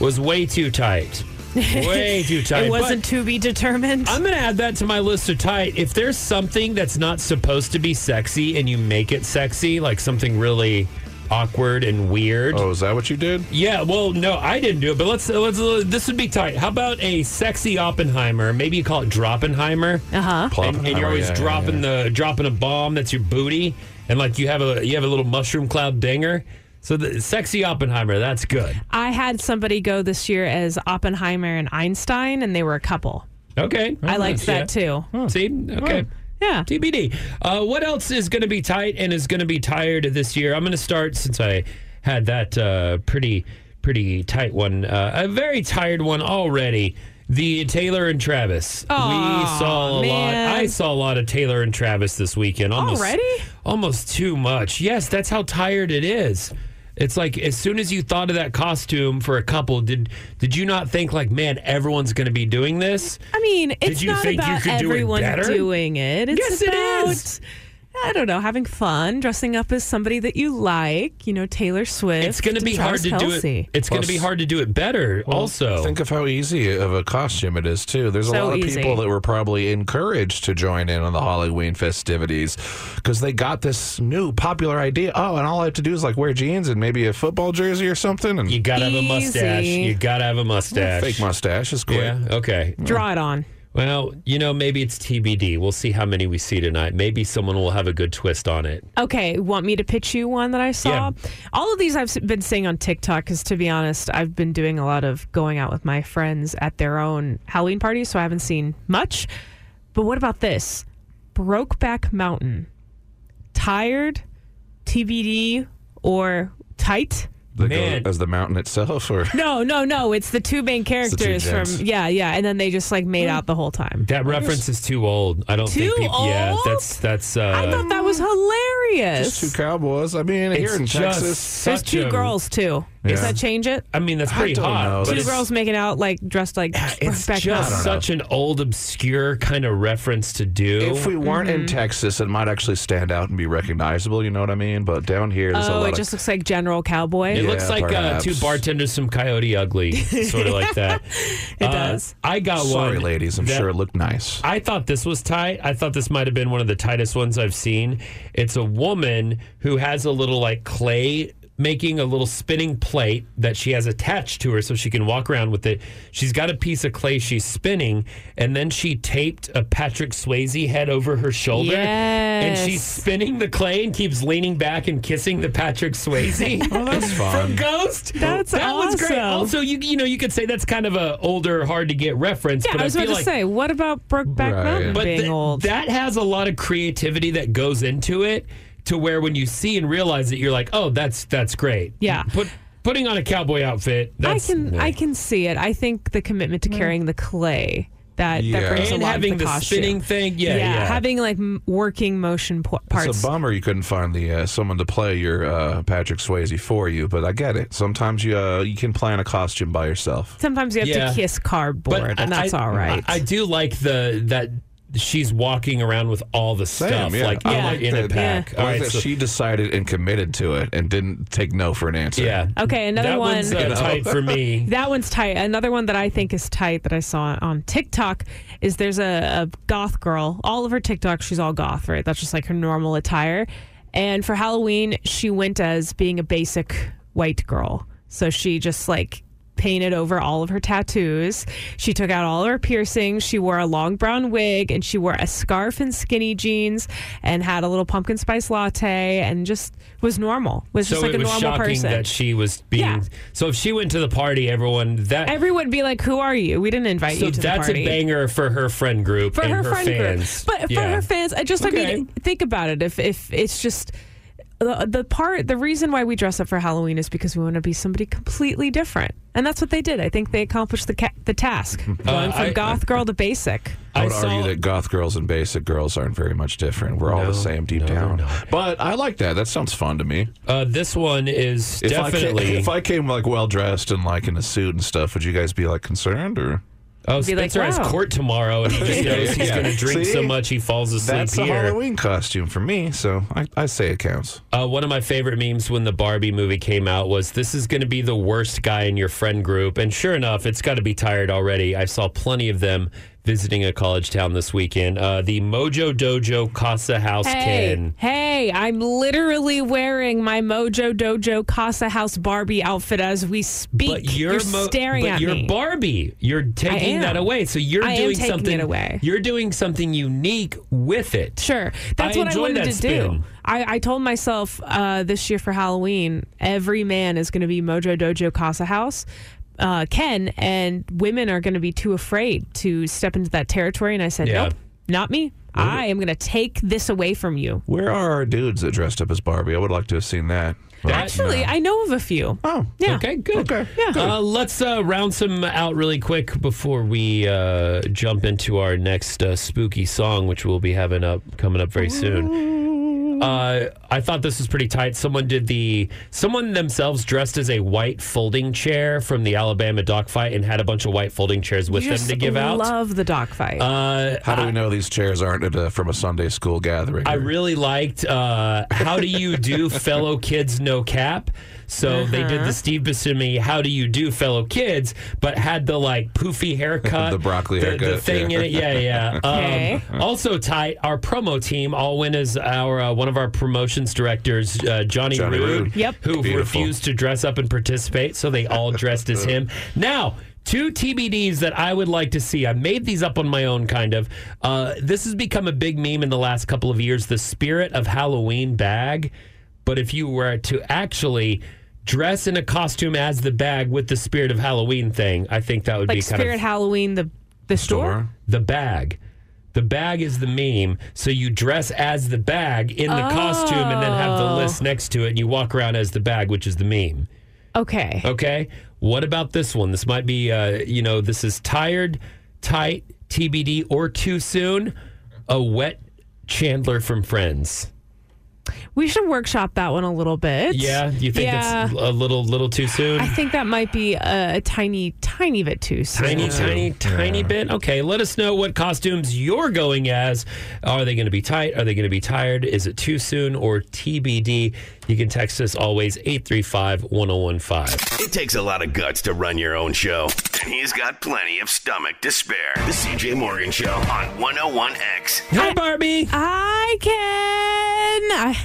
[SPEAKER 11] was way too tight. Way too tight.
[SPEAKER 13] It
[SPEAKER 11] But-
[SPEAKER 13] wasn't to be determined.
[SPEAKER 11] I'm going to add that to my list of tight. If there's something that's not supposed to be sexy and you make it sexy, like something really awkward and weird.
[SPEAKER 12] Oh, is that what you did?
[SPEAKER 11] Yeah. Well, no, I didn't do it. But let's let's this would be tight. How about a sexy Oppenheimer? Maybe you call it Droppenheimer.
[SPEAKER 13] Uh huh.
[SPEAKER 11] And, and, you're always
[SPEAKER 12] yeah,
[SPEAKER 11] dropping the dropping a bomb. That's your booty. And like you have a you have a little mushroom cloud dinger. So the sexy Oppenheimer. That's good.
[SPEAKER 13] I had somebody go this year as Oppenheimer and Einstein, and they were a couple.
[SPEAKER 11] Okay.
[SPEAKER 13] I liked that too.
[SPEAKER 11] too. See? Okay.
[SPEAKER 13] Yeah.
[SPEAKER 11] TBD. Uh, what else is going to be tight and is going to be tired this year? I'm going to start since I had that uh, pretty pretty tight one, uh, a very tired one already. The Taylor and Travis.
[SPEAKER 13] Aw,
[SPEAKER 11] we saw a
[SPEAKER 13] man.
[SPEAKER 11] lot. I saw a lot of Taylor and Travis this weekend. Almost,
[SPEAKER 13] Already?
[SPEAKER 11] Almost too much. Yes, that's how tired it is. It's like as soon as you thought of that costume for a couple, did did you not think like, man, everyone's going to be doing this?
[SPEAKER 13] I mean,
[SPEAKER 11] Did
[SPEAKER 13] it's
[SPEAKER 11] you
[SPEAKER 13] not
[SPEAKER 11] think you
[SPEAKER 13] about
[SPEAKER 11] could do it
[SPEAKER 13] everyone
[SPEAKER 11] better?
[SPEAKER 13] doing it. It's
[SPEAKER 11] Yes, it
[SPEAKER 13] about,
[SPEAKER 11] is.
[SPEAKER 13] I don't know, having fun, dressing up as somebody that you like. You know, Taylor Swift.
[SPEAKER 11] It's going to
[SPEAKER 13] and
[SPEAKER 11] be hard
[SPEAKER 13] Travis
[SPEAKER 11] to
[SPEAKER 13] Kelce.
[SPEAKER 11] do it. It's going to be
[SPEAKER 12] Plus-
[SPEAKER 11] hard to do it better. also,
[SPEAKER 12] think of how easy of a costume it is too. There's
[SPEAKER 13] So
[SPEAKER 12] a lot of
[SPEAKER 13] easy.
[SPEAKER 12] people that were probably encouraged to join in on the Halloween festivities because they got this new popular idea. Oh, and all I have to do is like wear jeans and maybe a football jersey or something, and
[SPEAKER 11] you gotta have a mustache.
[SPEAKER 13] Easy.
[SPEAKER 11] You gotta have a mustache.
[SPEAKER 12] fake mustache is great.
[SPEAKER 11] Yeah. Okay.
[SPEAKER 13] Draw it on.
[SPEAKER 11] Well, you know, maybe it's TBD. We'll see how many we see tonight. Maybe someone will have a good twist on it.
[SPEAKER 13] Okay, want me to pitch you one that I saw?
[SPEAKER 11] Yeah.
[SPEAKER 13] All of these I've s- been seeing on TikTok because, to be honest, I've been doing a lot of going out with my friends at their own Halloween parties, so I haven't seen much. But what about this? Brokeback Mountain. Tired, TBD, or tight?
[SPEAKER 12] They go
[SPEAKER 11] Man.
[SPEAKER 12] as the mountain itself, or
[SPEAKER 13] No, no, no. It's the two main
[SPEAKER 12] the two
[SPEAKER 13] characters from,
[SPEAKER 12] gents.
[SPEAKER 13] yeah, yeah. And then they just like made out the whole time.
[SPEAKER 11] That reference is too old. I don't
[SPEAKER 13] Too
[SPEAKER 11] think people. Yeah,
[SPEAKER 13] old?
[SPEAKER 11] that's that's. Uh,
[SPEAKER 13] I thought that was hilarious.
[SPEAKER 12] just two cowboys. I mean,
[SPEAKER 11] It's
[SPEAKER 12] here in
[SPEAKER 11] just
[SPEAKER 12] Texas,
[SPEAKER 13] There's
[SPEAKER 11] such
[SPEAKER 13] two
[SPEAKER 11] a-
[SPEAKER 13] girls too. Does
[SPEAKER 11] Yeah.
[SPEAKER 13] that change it?
[SPEAKER 11] I mean, that's
[SPEAKER 12] I
[SPEAKER 11] pretty
[SPEAKER 12] don't
[SPEAKER 11] hot.
[SPEAKER 12] know.
[SPEAKER 11] but
[SPEAKER 13] two
[SPEAKER 11] it's-
[SPEAKER 13] girls making out like dressed like
[SPEAKER 11] It's
[SPEAKER 13] back
[SPEAKER 11] just such an old, obscure kind of reference to do.
[SPEAKER 12] if we weren't in
[SPEAKER 11] Mm-hmm.
[SPEAKER 12] Texas, it might actually stand out and be recognizable. You know what I mean? But down here, there's a
[SPEAKER 13] Oh,
[SPEAKER 12] lot
[SPEAKER 13] it
[SPEAKER 12] of
[SPEAKER 13] just looks like General Cowboy.
[SPEAKER 11] It looks
[SPEAKER 12] Yeah,
[SPEAKER 11] like uh,
[SPEAKER 12] perhaps.
[SPEAKER 11] two bartenders from Coyote Ugly, sort of like that.
[SPEAKER 13] It
[SPEAKER 11] Uh,
[SPEAKER 13] does.
[SPEAKER 11] I got one.
[SPEAKER 12] Sorry, ladies. I'm
[SPEAKER 11] that-
[SPEAKER 12] sure it looked nice.
[SPEAKER 11] I thought this was tight. I thought this might have been one of the tightest ones I've seen. It's a woman who has a little like clay making a little spinning plate that she has attached to her so she can walk around with it. She's got a piece of clay she's spinning and then she taped a Patrick Swayze head over her shoulder and she's
[SPEAKER 13] Yes.
[SPEAKER 11] spinning the clay and keeps leaning back and kissing the Patrick Swayze.
[SPEAKER 12] Oh, that's
[SPEAKER 11] From
[SPEAKER 12] fun.
[SPEAKER 11] Ghost?
[SPEAKER 13] That's
[SPEAKER 11] that was great.
[SPEAKER 13] awesome.
[SPEAKER 11] Also, you you know, you could say that's kind of a older hard to get reference,
[SPEAKER 13] yeah,
[SPEAKER 11] but
[SPEAKER 13] I was
[SPEAKER 11] feel
[SPEAKER 13] about to
[SPEAKER 11] like
[SPEAKER 13] say, what about Brokeback
[SPEAKER 12] Right.
[SPEAKER 13] Mountain
[SPEAKER 11] but
[SPEAKER 13] being
[SPEAKER 11] th-
[SPEAKER 13] old?
[SPEAKER 11] that has a lot of creativity that goes into it to where when you see and realize it you're like oh that's that's great
[SPEAKER 13] Yeah.
[SPEAKER 11] Put, putting on a cowboy outfit
[SPEAKER 13] I
[SPEAKER 11] that's
[SPEAKER 13] can I can see it. I think the commitment to carrying the clay that
[SPEAKER 12] Yeah.
[SPEAKER 13] that brings
[SPEAKER 11] and
[SPEAKER 13] a lot
[SPEAKER 11] having
[SPEAKER 13] of
[SPEAKER 11] the,
[SPEAKER 13] the, costume.
[SPEAKER 11] spinning thing yeah yeah,
[SPEAKER 13] having like m- working motion po- parts.
[SPEAKER 12] It's a bummer you couldn't find the uh, someone to play your uh, Patrick Swayze for you, but I get it. Sometimes you uh, you can plan a costume by yourself.
[SPEAKER 13] Sometimes you have
[SPEAKER 11] Yeah.
[SPEAKER 13] to kiss
[SPEAKER 11] But
[SPEAKER 13] cardboard, and
[SPEAKER 11] I-
[SPEAKER 13] that's all right.
[SPEAKER 11] I, I do like the that she's walking around with all the
[SPEAKER 12] Same,
[SPEAKER 11] stuff
[SPEAKER 12] yeah.
[SPEAKER 11] like
[SPEAKER 12] I
[SPEAKER 11] in,
[SPEAKER 12] like
[SPEAKER 11] in a
[SPEAKER 12] that,
[SPEAKER 11] pack
[SPEAKER 12] I
[SPEAKER 11] all
[SPEAKER 12] like
[SPEAKER 11] right
[SPEAKER 12] that
[SPEAKER 11] so-
[SPEAKER 12] she decided and committed to it and didn't take no for an answer.
[SPEAKER 11] yeah
[SPEAKER 13] okay, another
[SPEAKER 11] that
[SPEAKER 13] one.
[SPEAKER 11] one's uh,
[SPEAKER 12] You know?
[SPEAKER 11] tight for me
[SPEAKER 13] That one's tight. Another one that I think is tight that I saw on TikTok is there's a, a goth girl. All of her TikTok, she's all goth, right? That's just like her normal attire. And for Halloween, she went as being a basic white girl. So she just like painted over all of her tattoos. She took out all of her piercings. She wore a long brown wig and she wore a scarf and skinny jeans and had a little pumpkin spice latte and just was normal. Was
[SPEAKER 11] so
[SPEAKER 13] just like
[SPEAKER 11] it
[SPEAKER 13] a
[SPEAKER 11] was
[SPEAKER 13] normal
[SPEAKER 11] shocking
[SPEAKER 13] person.
[SPEAKER 11] that she was being
[SPEAKER 13] Yeah.
[SPEAKER 11] so if she went to the party everyone that
[SPEAKER 13] Everyone would be like, "Who are you? We didn't invite
[SPEAKER 11] So
[SPEAKER 13] you to the
[SPEAKER 11] that's
[SPEAKER 13] party."
[SPEAKER 11] a banger for her friend group
[SPEAKER 13] for
[SPEAKER 11] and
[SPEAKER 13] her,
[SPEAKER 11] her,
[SPEAKER 13] friend
[SPEAKER 11] fans.
[SPEAKER 13] group, but for
[SPEAKER 11] Yeah.
[SPEAKER 13] her fans, I just I
[SPEAKER 11] Okay.
[SPEAKER 13] mean, think about it. If if it's just the, the part, the reason why we dress up for Halloween is because we want to be somebody completely different, and that's what they did. I think they accomplished the ca- the task, going from
[SPEAKER 11] Uh, I-
[SPEAKER 13] goth girl to basic.
[SPEAKER 12] I would
[SPEAKER 11] I saw-
[SPEAKER 12] argue that goth girls and basic girls aren't very much different. We're all
[SPEAKER 11] No,
[SPEAKER 12] the same deep
[SPEAKER 11] no,
[SPEAKER 12] down.
[SPEAKER 11] no.
[SPEAKER 12] But I like that. That sounds fun to me.
[SPEAKER 11] Uh, this one is
[SPEAKER 12] If I
[SPEAKER 11] definitely.
[SPEAKER 12] came, if I came like well dressed and like in a suit and stuff, would you guys be like concerned or?
[SPEAKER 11] oh,
[SPEAKER 13] Be like,
[SPEAKER 11] Spencer
[SPEAKER 13] wow.
[SPEAKER 11] has court tomorrow, and he just knows he's
[SPEAKER 12] Yeah.
[SPEAKER 11] going to drink so
[SPEAKER 12] See?
[SPEAKER 11] much he falls asleep
[SPEAKER 12] That's a
[SPEAKER 11] here.
[SPEAKER 12] Halloween costume for me, so I, I say it counts.
[SPEAKER 11] Uh, one of my favorite memes when the Barbie movie came out was this is going to be the worst guy in your friend group. And sure enough, it's got to be tired already. I saw plenty of them visiting a college town this weekend. Uh, the Mojo Dojo Casa House
[SPEAKER 13] hey,
[SPEAKER 11] Kin.
[SPEAKER 13] Hey, I'm literally wearing my Mojo Dojo Casa House Barbie outfit as we speak.
[SPEAKER 11] But you're,
[SPEAKER 13] you're
[SPEAKER 11] mo-
[SPEAKER 13] staring
[SPEAKER 11] but
[SPEAKER 13] at
[SPEAKER 11] you're
[SPEAKER 13] me.
[SPEAKER 11] Barbie. You're taking
[SPEAKER 13] am.
[SPEAKER 11] that away. So you're
[SPEAKER 13] I am
[SPEAKER 11] doing
[SPEAKER 13] taking
[SPEAKER 11] something
[SPEAKER 13] it away.
[SPEAKER 11] You're doing something unique with it.
[SPEAKER 13] Sure. That's
[SPEAKER 11] I
[SPEAKER 13] what I
[SPEAKER 11] enjoyed
[SPEAKER 13] wanted
[SPEAKER 11] that
[SPEAKER 13] to do.
[SPEAKER 11] spin.
[SPEAKER 13] I, I told myself uh, this year for Halloween, every man is going to be Mojo Dojo Casa House. Uh, Ken and women are going to be too afraid to step into that territory. And I said,
[SPEAKER 12] Yeah.
[SPEAKER 13] nope, not me. I am going to take this away from you.
[SPEAKER 12] Where are our dudes that dressed up as Barbie? I would like to have seen that.
[SPEAKER 13] Actually, I know of a few.
[SPEAKER 12] Oh,
[SPEAKER 13] yeah.
[SPEAKER 11] Okay, good. Uh, let's uh, round some out really quick before we uh, jump into our next uh, spooky song, which we'll be having up coming up very soon. Uh, I thought this was pretty tight. Someone did the someone themselves dressed as a white folding chair from the Alabama dogfight and had a bunch of white folding chairs with
[SPEAKER 13] You
[SPEAKER 11] them
[SPEAKER 13] just
[SPEAKER 11] to give out.
[SPEAKER 13] Love the dog fight.
[SPEAKER 11] Uh,
[SPEAKER 12] How do we know these chairs aren't uh, from a Sunday school gathering?
[SPEAKER 11] I really liked uh, How Do You Do, Fellow Kids No Cap. So they did
[SPEAKER 12] Uh-huh.
[SPEAKER 11] the Steve Buscemi How Do You Do, Fellow Kids, but had the like poofy haircut.
[SPEAKER 12] The broccoli
[SPEAKER 11] the, The
[SPEAKER 12] haircut,
[SPEAKER 11] thing
[SPEAKER 12] yeah.
[SPEAKER 11] in it. Yeah, yeah. Um,
[SPEAKER 12] Okay.
[SPEAKER 11] Also, tight, our promo team all went as our uh, one of our promotions directors, uh, Johnny,
[SPEAKER 12] Johnny
[SPEAKER 11] Rude,
[SPEAKER 12] Rude. Yep.
[SPEAKER 11] who
[SPEAKER 12] Beautiful.
[SPEAKER 11] refused to dress up and participate. So they all dressed as him. Now, two TBDs that I would like to see. I made these up on my own, kind of. Uh, this has become a big meme in the last couple of years the spirit of Halloween bag. But if you were to actually dress in a costume as the bag with the spirit of Halloween thing, I think that would
[SPEAKER 13] like
[SPEAKER 11] be kind
[SPEAKER 13] Spirit
[SPEAKER 11] of
[SPEAKER 13] Halloween, the, the store?
[SPEAKER 11] the bag. The bag is the meme, so you dress as the bag in the costume and then have the
[SPEAKER 13] Oh.
[SPEAKER 11] list next to it, and you walk around as the bag, which is the meme.
[SPEAKER 13] Okay.
[SPEAKER 11] Okay. What about this one? This might be, uh, you know, this is tired, tight, TBD, or too soon. A wet Chandler from Friends.
[SPEAKER 13] We should workshop that one a little bit.
[SPEAKER 11] yeah, you think
[SPEAKER 13] Yeah.
[SPEAKER 11] it's a little, little too soon?
[SPEAKER 13] I think that might be a, a tiny, tiny bit too soon.
[SPEAKER 11] Tiny, tiny, tiny bit. Okay, let us know what costumes you're going as. Are they going to be tight? Are they going to be tired? Is it too soon or TBD? You can text us always 835 1015.
[SPEAKER 16] It takes a lot of guts to run your own show. And he's got plenty of stomach to spare. The CJ Morgan Show on 101X.
[SPEAKER 11] Hi, Barbie.
[SPEAKER 13] Hi, Ken. I,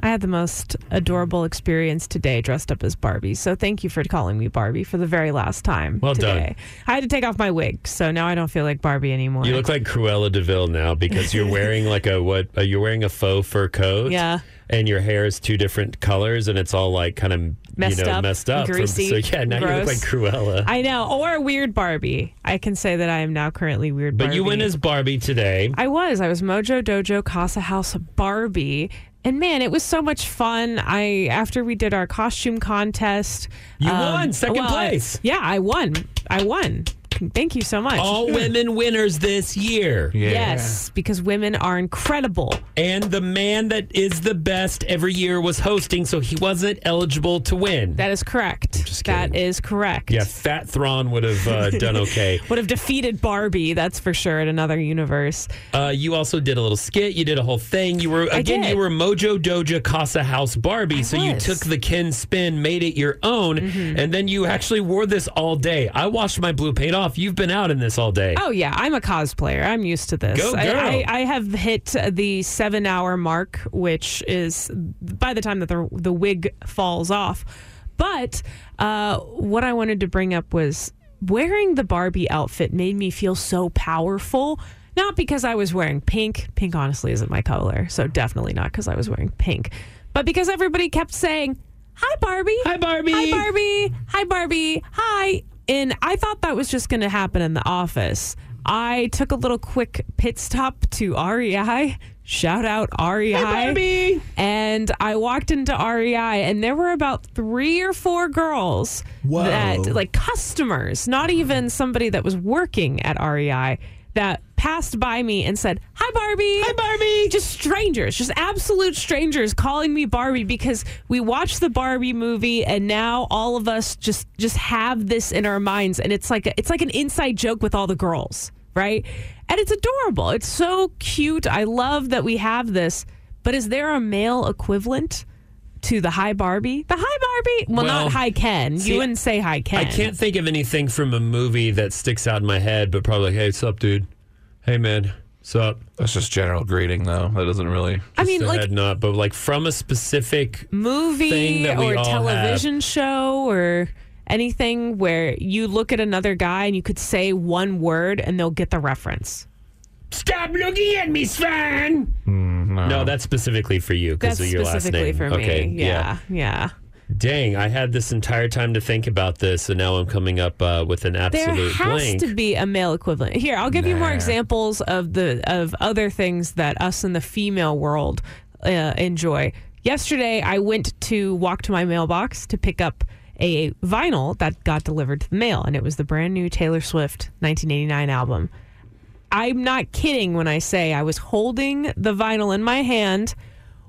[SPEAKER 13] I had the most adorable experience today dressed up as Barbie. So thank you for calling me Barbie for the very last time.
[SPEAKER 11] Well done.
[SPEAKER 13] today. I had to take off my wig, so now I don't feel like Barbie anymore.
[SPEAKER 11] You look like Cruella Deville now because you're wearing like a what? Uh, you're wearing a faux fur coat.
[SPEAKER 13] Yeah.
[SPEAKER 11] And your hair is two different colors, and it's all like kind of
[SPEAKER 13] Messed
[SPEAKER 11] you know
[SPEAKER 13] up,
[SPEAKER 11] messed up. from-
[SPEAKER 13] greasy,
[SPEAKER 11] so yeah, now
[SPEAKER 13] gross.
[SPEAKER 11] you look like Cruella.
[SPEAKER 13] I know, or weird Barbie. I can say that I am now currently weird.
[SPEAKER 11] but
[SPEAKER 13] Barbie.
[SPEAKER 11] you went as Barbie today.
[SPEAKER 13] I was. I was Mojo Dojo Casa House Barbie. And man, it was so much fun. I after we did our costume contest, um,
[SPEAKER 11] You won second
[SPEAKER 13] well, I-
[SPEAKER 11] place.
[SPEAKER 13] yeah, I won. I won. Thank you so much.
[SPEAKER 11] all women winners this year.
[SPEAKER 13] Yes, because women are incredible.
[SPEAKER 11] And the man that is the best every year was hosting, so he wasn't eligible to win.
[SPEAKER 13] That is correct. that is correct.
[SPEAKER 11] yeah, Fat Thrawn would have uh, done okay.
[SPEAKER 13] Would have defeated Barbie, that's for sure, in another universe.
[SPEAKER 11] Uh, you also did a little skit. You did a whole thing. You were
[SPEAKER 13] I
[SPEAKER 11] again.
[SPEAKER 13] did.
[SPEAKER 11] You were Mojo Doja Casa House Barbie. so you
[SPEAKER 13] was. Mm-hmm.
[SPEAKER 11] took the Ken spin, made it your own, and then you actually wore this all day. I washed my blue paint off. You've been out in this all day.
[SPEAKER 13] Oh yeah, I'm a cosplayer. I'm used to this.
[SPEAKER 11] Go
[SPEAKER 13] I,
[SPEAKER 11] girl.
[SPEAKER 13] I, I have hit the seven hour mark, which is by the time that the the wig falls off. But uh, what I wanted to bring up was wearing the Barbie outfit made me feel so powerful. Not because I was wearing pink. Pink honestly isn't my color, so definitely not because I was wearing pink. But because everybody kept saying, "Hi Barbie, hi
[SPEAKER 11] Barbie,
[SPEAKER 13] hi Barbie, hi Barbie, hi," and I thought that was just going to happen in the office. I took a little quick pit stop to REI. Shout out REI.
[SPEAKER 11] Barbie.
[SPEAKER 13] And I walked into REI, and there were about three or four girls
[SPEAKER 11] Whoa.
[SPEAKER 13] that, like customers, not even somebody that was working at REI, that passed by me and said, Hi, Barbie. Hi,
[SPEAKER 11] Barbie.
[SPEAKER 13] Just strangers, just absolute strangers calling me Barbie because we watched the Barbie movie, and now all of us just just have this in our minds, and it's like it's like an inside joke with all the girls, right? And it's adorable. It's so cute. I love that we have this. But is there a male equivalent to the high Barbie? The high Barbie? Well,
[SPEAKER 11] Well,
[SPEAKER 13] not high Ken.
[SPEAKER 11] see,
[SPEAKER 13] you wouldn't say high Ken.
[SPEAKER 11] I can't think of anything from a movie that sticks out in my head, but probably, hey, what's up, dude? Hey, man. What's up?
[SPEAKER 12] That's just general greeting, though. That doesn't really.
[SPEAKER 13] I mean, like
[SPEAKER 11] head nod, but like from a specific thing
[SPEAKER 13] movie
[SPEAKER 11] that we
[SPEAKER 13] or
[SPEAKER 11] all
[SPEAKER 13] television show or anything where you look at another guy and you could say one word and they'll get the reference.
[SPEAKER 11] Stop looking at me, Sven.
[SPEAKER 12] no.
[SPEAKER 11] Mm, that's specifically for you because
[SPEAKER 13] That's
[SPEAKER 11] of your last
[SPEAKER 13] specifically
[SPEAKER 11] name.
[SPEAKER 13] for me.
[SPEAKER 11] Okay,
[SPEAKER 13] Yeah, yeah.
[SPEAKER 11] Dang, I had this entire time to think about this, and now I'm coming up uh, with an
[SPEAKER 13] There
[SPEAKER 11] absolute
[SPEAKER 13] has
[SPEAKER 11] blank.
[SPEAKER 13] to be a male equivalent. Here, I'll give you more
[SPEAKER 11] Nah.
[SPEAKER 13] examples of the of other things that us in the female world uh, enjoy. Yesterday, I went to walk to my mailbox to pick up a vinyl that got delivered to the mail, and it was the brand new Taylor Swift 1989 album. I'm not kidding when I say I was holding the vinyl in my hand,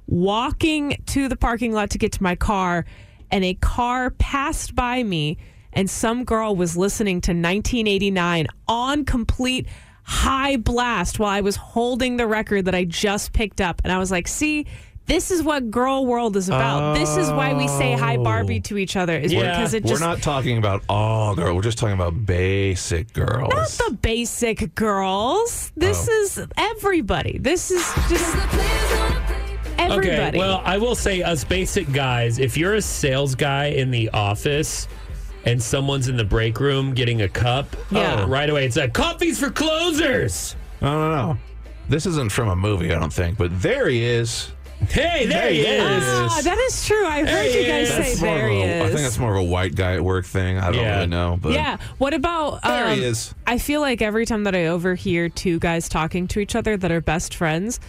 [SPEAKER 13] walking to the parking lot to get to my car, and a car passed by me, and some girl was listening to 1989 on complete high blast while I was holding the record that I just picked up. And I was like, see, this is what girl world is about. This is why we say hi Barbie to each other, is because it
[SPEAKER 12] we're
[SPEAKER 13] just
[SPEAKER 12] not talking about all girl. We're just talking about basic girls.
[SPEAKER 13] Not the basic girls. This
[SPEAKER 12] Oh.
[SPEAKER 13] is everybody. This is just everybody.
[SPEAKER 11] Okay, well, I will say, us basic guys, if you're a sales guy in the office and someone's in the break room getting a cup,
[SPEAKER 13] Yeah.
[SPEAKER 11] oh, right away it's like, coffee's for closers.
[SPEAKER 12] No, no, no. This isn't from a movie, I don't think. But there he is.
[SPEAKER 11] Hey, there he is.
[SPEAKER 13] Ah, that is true. I heard
[SPEAKER 11] There
[SPEAKER 13] you
[SPEAKER 11] he
[SPEAKER 13] guys
[SPEAKER 11] is.
[SPEAKER 13] say
[SPEAKER 12] That's more
[SPEAKER 13] there
[SPEAKER 12] of
[SPEAKER 13] he
[SPEAKER 12] a-
[SPEAKER 13] is.
[SPEAKER 12] I think that's more of a white guy at work thing. I don't
[SPEAKER 11] Yeah.
[SPEAKER 12] really know, but
[SPEAKER 13] yeah. What about? Um,
[SPEAKER 12] There he is.
[SPEAKER 13] I feel like every time that I overhear two guys talking to each other that are best friends,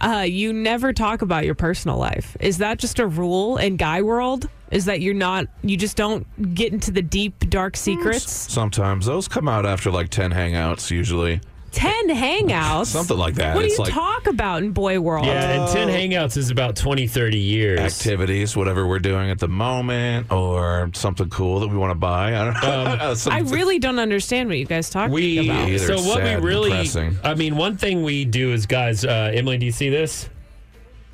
[SPEAKER 13] uh, you never talk about your personal life. Is that just a rule in guy world? Is that you're not? You just don't get into the deep
[SPEAKER 12] Mm.
[SPEAKER 13] dark secrets.
[SPEAKER 12] sometimes those come out after like ten hangouts usually.
[SPEAKER 13] Ten hangouts.
[SPEAKER 12] Something like that.
[SPEAKER 13] What do
[SPEAKER 12] It's
[SPEAKER 13] you
[SPEAKER 12] like-
[SPEAKER 13] talk about in boy world?
[SPEAKER 11] Yeah, and 10 Hangouts is about 20, 30 years.
[SPEAKER 12] Activities, whatever we're doing at the moment, or something cool that we want to buy. Um, I don't know.
[SPEAKER 13] I
[SPEAKER 12] Something-
[SPEAKER 13] really don't understand what you guys talk
[SPEAKER 11] We
[SPEAKER 13] about.
[SPEAKER 11] so
[SPEAKER 12] Either
[SPEAKER 11] what
[SPEAKER 12] sad
[SPEAKER 11] we
[SPEAKER 12] and
[SPEAKER 11] really
[SPEAKER 12] depressing.
[SPEAKER 11] I mean one thing we do is guys uh, Emily do you see this?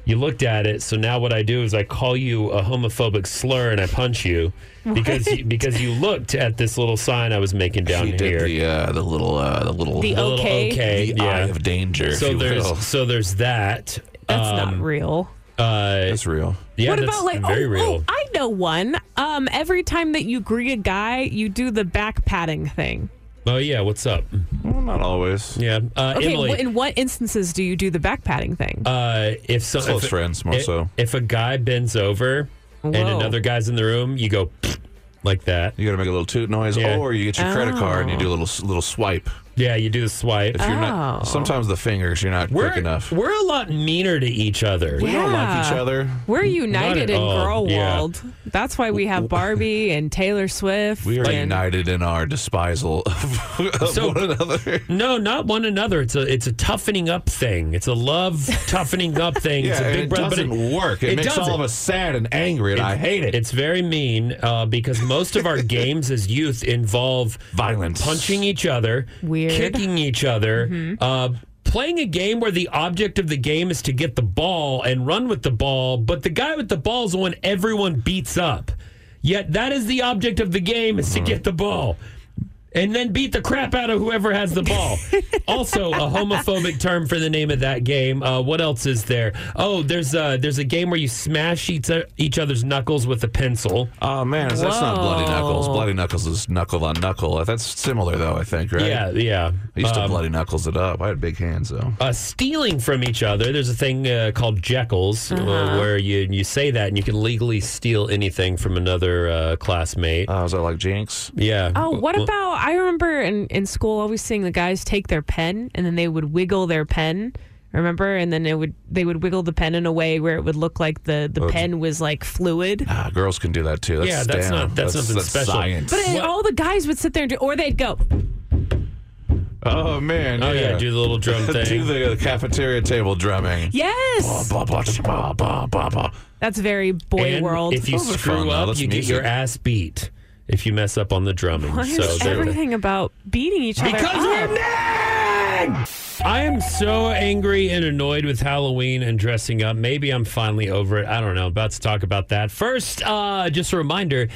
[SPEAKER 11] You looked at it so now what I do is I call you a homophobic slur and I punch you because you, because you looked at this little sign I was making down
[SPEAKER 12] He
[SPEAKER 11] here.
[SPEAKER 12] did the uh, the little uh, the little
[SPEAKER 13] The
[SPEAKER 11] little
[SPEAKER 13] okay.
[SPEAKER 12] the eye of danger. if
[SPEAKER 11] So
[SPEAKER 12] you
[SPEAKER 11] there's
[SPEAKER 12] will.
[SPEAKER 11] so there's that. Um,
[SPEAKER 13] That's
[SPEAKER 12] um,
[SPEAKER 13] not real.
[SPEAKER 11] Uh,
[SPEAKER 12] that's real.
[SPEAKER 11] Yeah,
[SPEAKER 13] what
[SPEAKER 11] that's
[SPEAKER 13] about like
[SPEAKER 11] very
[SPEAKER 13] oh,
[SPEAKER 11] real.
[SPEAKER 13] oh, I know one. Um, every time that you greet a guy, you do the back patting thing.
[SPEAKER 11] Oh yeah, what's up?
[SPEAKER 12] not always.
[SPEAKER 11] Yeah, uh,
[SPEAKER 13] okay,
[SPEAKER 11] Emily.
[SPEAKER 13] wh- in what instances do you do the back patting thing?
[SPEAKER 11] Uh, if so,
[SPEAKER 12] Close
[SPEAKER 11] if,
[SPEAKER 12] friends, more
[SPEAKER 11] if,
[SPEAKER 12] so.
[SPEAKER 11] If a guy bends over and
[SPEAKER 13] Whoa.
[SPEAKER 11] another guy's in the room, you go like that.
[SPEAKER 12] You got to make a little toot noise,
[SPEAKER 11] Yeah.
[SPEAKER 12] or you get your credit card and you
[SPEAKER 11] Oh.
[SPEAKER 12] do a little little swipe.
[SPEAKER 11] Yeah, you do the swipe.
[SPEAKER 12] If you're not, sometimes the fingers you're not
[SPEAKER 11] we're,
[SPEAKER 12] quick enough.
[SPEAKER 11] We're a lot meaner to each other.
[SPEAKER 12] We don't like each
[SPEAKER 13] Yeah.
[SPEAKER 12] other.
[SPEAKER 13] We're
[SPEAKER 11] Not
[SPEAKER 13] united
[SPEAKER 11] at
[SPEAKER 13] in
[SPEAKER 11] all,
[SPEAKER 13] girl
[SPEAKER 11] yeah.
[SPEAKER 13] world. That's why we have Barbie and Taylor Swift.
[SPEAKER 12] We are
[SPEAKER 13] and-
[SPEAKER 12] united in our despisal of, of
[SPEAKER 11] So-
[SPEAKER 12] one another.
[SPEAKER 11] No, not one another. It's a it's a toughening up thing. It's a love toughening up thing. it's a
[SPEAKER 12] Yeah,
[SPEAKER 11] big
[SPEAKER 12] it
[SPEAKER 11] brother,
[SPEAKER 12] doesn't
[SPEAKER 11] but it,
[SPEAKER 12] work. It, makes
[SPEAKER 11] doesn't.
[SPEAKER 12] all of us sad and angry, and I hate it.
[SPEAKER 11] It's very mean uh, because most of our games as youth involve
[SPEAKER 12] Violence.
[SPEAKER 11] punching each other,
[SPEAKER 13] Weird.
[SPEAKER 11] kicking each other, uh, playing a game where the object of the game is to get the ball and run with the ball, but the guy with the ball is the one everyone beats up. Yet that is the object of the game is
[SPEAKER 12] Mm-hmm.
[SPEAKER 11] to get the ball. And then beat the crap out of whoever has the ball. also, a homophobic term for the name of that game. Uh, what else is there? Oh, there's a, there's a game where you smash each, each other's knuckles with a pencil.
[SPEAKER 12] Oh man, that's not bloody knuckles.
[SPEAKER 13] Whoa.
[SPEAKER 12] Bloody knuckles is knuckle on knuckle. That's similar though, I think, right?
[SPEAKER 11] Yeah, yeah.
[SPEAKER 12] I used to
[SPEAKER 11] Um,
[SPEAKER 12] bloody knuckles it up. I had big hands though.
[SPEAKER 11] uh, stealing from each other. There's a thing uh, called Jekylls uh,
[SPEAKER 13] Uh-huh.
[SPEAKER 11] where you you say that and you can legally steal anything from another uh, classmate.
[SPEAKER 12] Uh, was I like Jinx?
[SPEAKER 11] yeah.
[SPEAKER 13] Oh, what
[SPEAKER 11] Well,
[SPEAKER 13] about? I remember in, in school always seeing the guys take their pen and then they would wiggle their pen. Remember, and then it would they would wiggle the pen in a way where it would look like the the
[SPEAKER 12] Oh,
[SPEAKER 13] pen was like fluid.
[SPEAKER 12] Ah, girls can do that too. That's
[SPEAKER 11] Yeah, that's
[SPEAKER 12] damn,
[SPEAKER 11] not- that's nothing special.
[SPEAKER 12] Science.
[SPEAKER 13] But it, all the guys would sit there and do, or they'd go.
[SPEAKER 12] oh man,
[SPEAKER 11] Oh yeah, do the little drum
[SPEAKER 12] do
[SPEAKER 11] thing.
[SPEAKER 12] the uh, cafeteria table drumming.
[SPEAKER 13] Yes,
[SPEAKER 12] Ba, ba, ba, ba, ba, ba.
[SPEAKER 13] that's very boy
[SPEAKER 11] And
[SPEAKER 13] world.
[SPEAKER 11] If you
[SPEAKER 12] Those are
[SPEAKER 11] screw
[SPEAKER 12] fun, though.
[SPEAKER 11] up,
[SPEAKER 12] That's
[SPEAKER 11] you
[SPEAKER 12] music.
[SPEAKER 11] get your ass beat. If you mess up on the drumming,
[SPEAKER 13] Why is
[SPEAKER 11] so there-
[SPEAKER 13] everything about beating each other?
[SPEAKER 11] Because we're
[SPEAKER 13] up?
[SPEAKER 11] I am so angry and annoyed with Halloween and dressing up. Maybe I'm finally over it. I don't know. About to talk about that. First, uh, just a reminder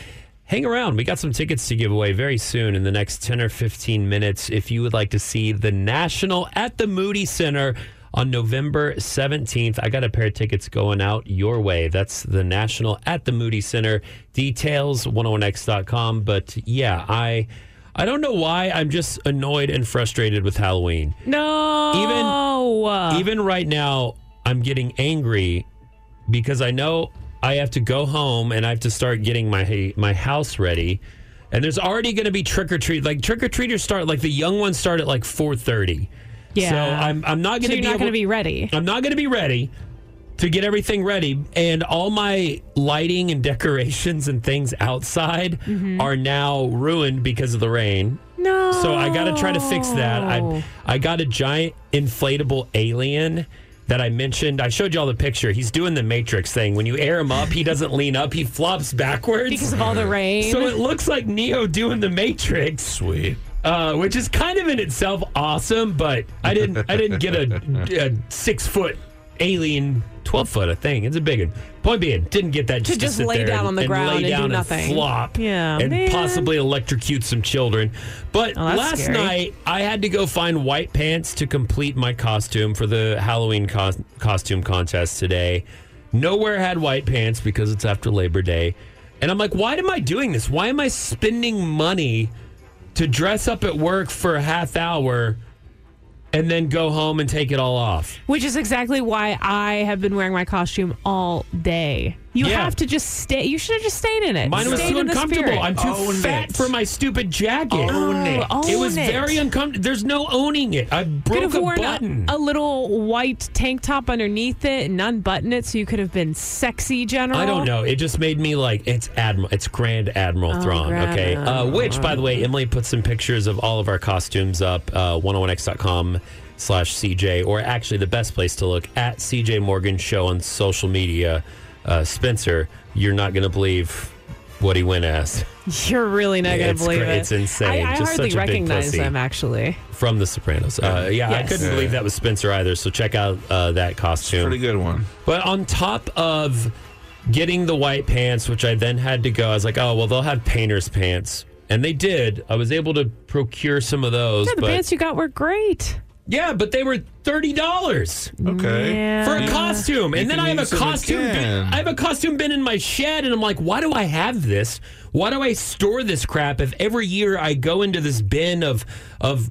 [SPEAKER 11] hang around. We got some tickets to give away very soon in the next 10 or 15 minutes. If you would like to see the National at the Moody Center on November 17th, I got a pair of tickets going out your way. That's the National at the Moody Center. Details 101x.com. But yeah, I. I don't know why I'm just annoyed and frustrated with Halloween.
[SPEAKER 13] No.
[SPEAKER 11] Even even right now I'm getting angry because I know I have to go home and I have to start getting my my house ready. And there's already going to be trick or treat. Like trick or treaters start like the young ones start at like 4:30.
[SPEAKER 13] Yeah.
[SPEAKER 11] So I'm I'm not going
[SPEAKER 13] so
[SPEAKER 11] to be
[SPEAKER 13] you're not
[SPEAKER 11] able-
[SPEAKER 13] going to be ready.
[SPEAKER 11] I'm not going to be ready to get everything ready and all my lighting and decorations and things outside
[SPEAKER 13] Mm-hmm.
[SPEAKER 11] are now ruined because of the rain.
[SPEAKER 13] No.
[SPEAKER 11] So I got to try to fix that.
[SPEAKER 13] Oh.
[SPEAKER 11] I I got a giant inflatable alien that I mentioned. I showed y'all the picture. He's doing the Matrix thing. When you air him up, he doesn't lean up. He flops backwards
[SPEAKER 13] Because of all the rain.
[SPEAKER 11] So it looks like Neo doing the Matrix. Sweet. Uh, which is kind of in itself awesome, but I didn't I didn't get a, a six foot alien, twelve foot a thing. It's a big one. Point being, didn't get that
[SPEAKER 13] To
[SPEAKER 11] just
[SPEAKER 13] just
[SPEAKER 11] sit
[SPEAKER 13] lay
[SPEAKER 11] there
[SPEAKER 13] down on the
[SPEAKER 11] and
[SPEAKER 13] ground
[SPEAKER 11] lay
[SPEAKER 13] and do
[SPEAKER 11] down
[SPEAKER 13] nothing.
[SPEAKER 11] flop,
[SPEAKER 13] Yeah,
[SPEAKER 11] and
[SPEAKER 13] man.
[SPEAKER 11] possibly electrocute some children. But
[SPEAKER 13] Oh, that's
[SPEAKER 11] last
[SPEAKER 13] scary.
[SPEAKER 11] night I had to go find white pants to complete my costume for the Halloween cos- costume contest today. Nowhere had white pants because it's after Labor Day. And I'm like, why am I doing this? Why am I spending money to dress up at work for a half hour and then go home and take it all off?
[SPEAKER 13] Which is exactly why I have been wearing my costume all day. You
[SPEAKER 11] Yeah.
[SPEAKER 13] have to just stay. You should have just stayed in it.
[SPEAKER 11] Mine was
[SPEAKER 13] Stayed
[SPEAKER 11] too
[SPEAKER 13] in the
[SPEAKER 11] uncomfortable.
[SPEAKER 13] spirit.
[SPEAKER 11] I'm too fat for my stupid jacket. Own
[SPEAKER 13] it.
[SPEAKER 11] It was
[SPEAKER 13] Own it.
[SPEAKER 11] very uncomfortable. There's no owning it. I
[SPEAKER 13] Could
[SPEAKER 11] broke
[SPEAKER 13] have
[SPEAKER 11] a
[SPEAKER 13] worn
[SPEAKER 11] button.
[SPEAKER 13] a, little white tank top underneath it and unbutton it, so you could have been sexy, general.
[SPEAKER 11] I don't know. It just made me like it's admiral. It's Grand Admiral
[SPEAKER 13] Oh,
[SPEAKER 11] Thrawn.
[SPEAKER 13] Grand
[SPEAKER 11] okay. Uh,
[SPEAKER 13] Admiral.
[SPEAKER 11] which, by the way, Emily put some pictures of all of our costumes up. Uh, 101x.com slash CJ, or actually the best place to look at CJ Morgan Show on social media. Uh, Spencer, you're not going to believe what he went as
[SPEAKER 13] You're really not gonna
[SPEAKER 11] It's
[SPEAKER 13] believe
[SPEAKER 11] cra-
[SPEAKER 13] it.
[SPEAKER 11] it's insane.
[SPEAKER 13] I, I
[SPEAKER 11] Just
[SPEAKER 13] hardly
[SPEAKER 11] such a big
[SPEAKER 13] recognize
[SPEAKER 11] pussy.
[SPEAKER 13] them actually.
[SPEAKER 11] from The Sopranos. Uh, yeah, I
[SPEAKER 13] Yes.
[SPEAKER 11] couldn't
[SPEAKER 13] Yeah.
[SPEAKER 11] believe that was Spencer either. So check out uh, that costume.
[SPEAKER 12] Pretty good one.
[SPEAKER 11] But on top of getting the white pants, which I then had to go, I was like, oh, well, they'll have painter's pants. And they did. I was able to procure some of those.
[SPEAKER 13] Yeah, the
[SPEAKER 11] but
[SPEAKER 13] pants you got were great.
[SPEAKER 11] Yeah, but they were thirty dollars.
[SPEAKER 12] Okay.
[SPEAKER 13] Yeah.
[SPEAKER 11] for a
[SPEAKER 13] You-
[SPEAKER 11] costume,
[SPEAKER 12] you
[SPEAKER 11] and then
[SPEAKER 12] can
[SPEAKER 11] I have
[SPEAKER 12] use
[SPEAKER 11] a
[SPEAKER 12] them
[SPEAKER 11] costume. Bin,
[SPEAKER 12] again.
[SPEAKER 11] I have a costume bin in my shed, and I'm like, why do I have this? Why do I store this crap? If every year I go into this bin of of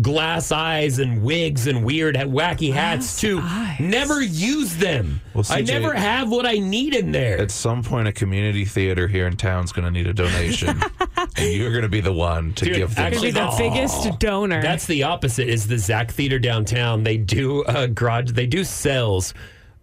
[SPEAKER 11] glass eyes and wigs and weird wacky hats to never use them.
[SPEAKER 12] Well,
[SPEAKER 11] I
[SPEAKER 12] CJ
[SPEAKER 11] never have what I need in there.
[SPEAKER 12] At some point, a community theater here in town's going to need a donation, and you're going to be the one to
[SPEAKER 11] Dude,
[SPEAKER 12] give them.
[SPEAKER 11] actually,
[SPEAKER 13] the
[SPEAKER 11] Aw.
[SPEAKER 13] biggest donor.
[SPEAKER 11] That's the opposite. Is the Zach Theater downtown? They do uh, garage. They do sales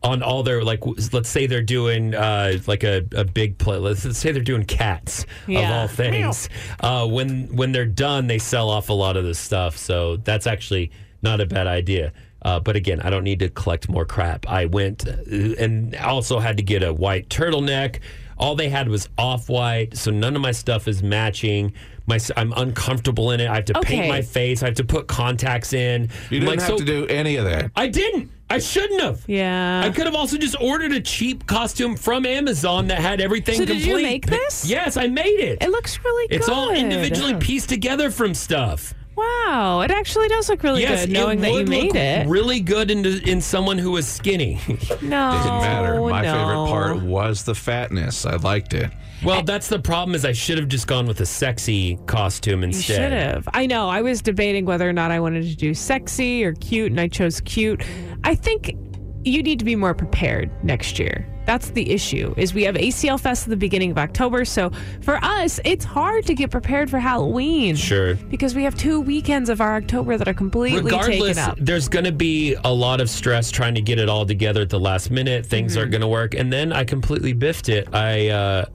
[SPEAKER 11] on all their like. w- Let's say they're doing uh, like a, a big play. Let's, let's say they're doing cats of
[SPEAKER 13] Yeah.
[SPEAKER 11] all things. Uh, when when they're done, they sell off a lot of this stuff. So that's actually not a bad idea. Uh, but again, I don't need to collect more crap. I went uh, and also had to get a white turtleneck. All they had was off white, so none of my stuff is matching. My s- I'm uncomfortable in it. I have to to paint
[SPEAKER 13] Okay.
[SPEAKER 11] my face. I have to put contacts in.
[SPEAKER 12] You didn't have to do any of that.
[SPEAKER 11] I didn't. I shouldn't have.
[SPEAKER 13] Yeah.
[SPEAKER 11] I could have also just ordered a cheap costume from Amazon that had everything
[SPEAKER 13] So did
[SPEAKER 11] complete.
[SPEAKER 13] you make this?
[SPEAKER 11] Yes, I made it.
[SPEAKER 13] It looks really good.
[SPEAKER 11] It's all individually pieced together from stuff.
[SPEAKER 13] Wow, it actually does look really
[SPEAKER 11] yes,
[SPEAKER 13] good knowing
[SPEAKER 11] it
[SPEAKER 13] that you
[SPEAKER 11] would look
[SPEAKER 13] made it.
[SPEAKER 11] really good in, in someone who is skinny.
[SPEAKER 13] no,
[SPEAKER 12] Didn't matter. My
[SPEAKER 13] Oh, no.
[SPEAKER 12] favorite part was the fatness. I liked it.
[SPEAKER 11] well, that's the problem. Is I should have just gone with a sexy costume
[SPEAKER 13] You
[SPEAKER 11] instead.
[SPEAKER 13] should have. I know. I was debating whether or not I wanted to do sexy or cute, and I chose cute. I think you need to be more prepared next year. That's the issue. Is we have ACL Fest at the beginning of October, so for us, it's hard to get prepared for Halloween.
[SPEAKER 11] Sure.
[SPEAKER 13] Because we have two weekends of our October that are completely
[SPEAKER 11] regardless
[SPEAKER 13] taken up.
[SPEAKER 11] there's going to be a lot of stress trying to get it all together at the last minute things
[SPEAKER 13] Mm-hmm.
[SPEAKER 11] aren't going to work and then i completely biffed it i uh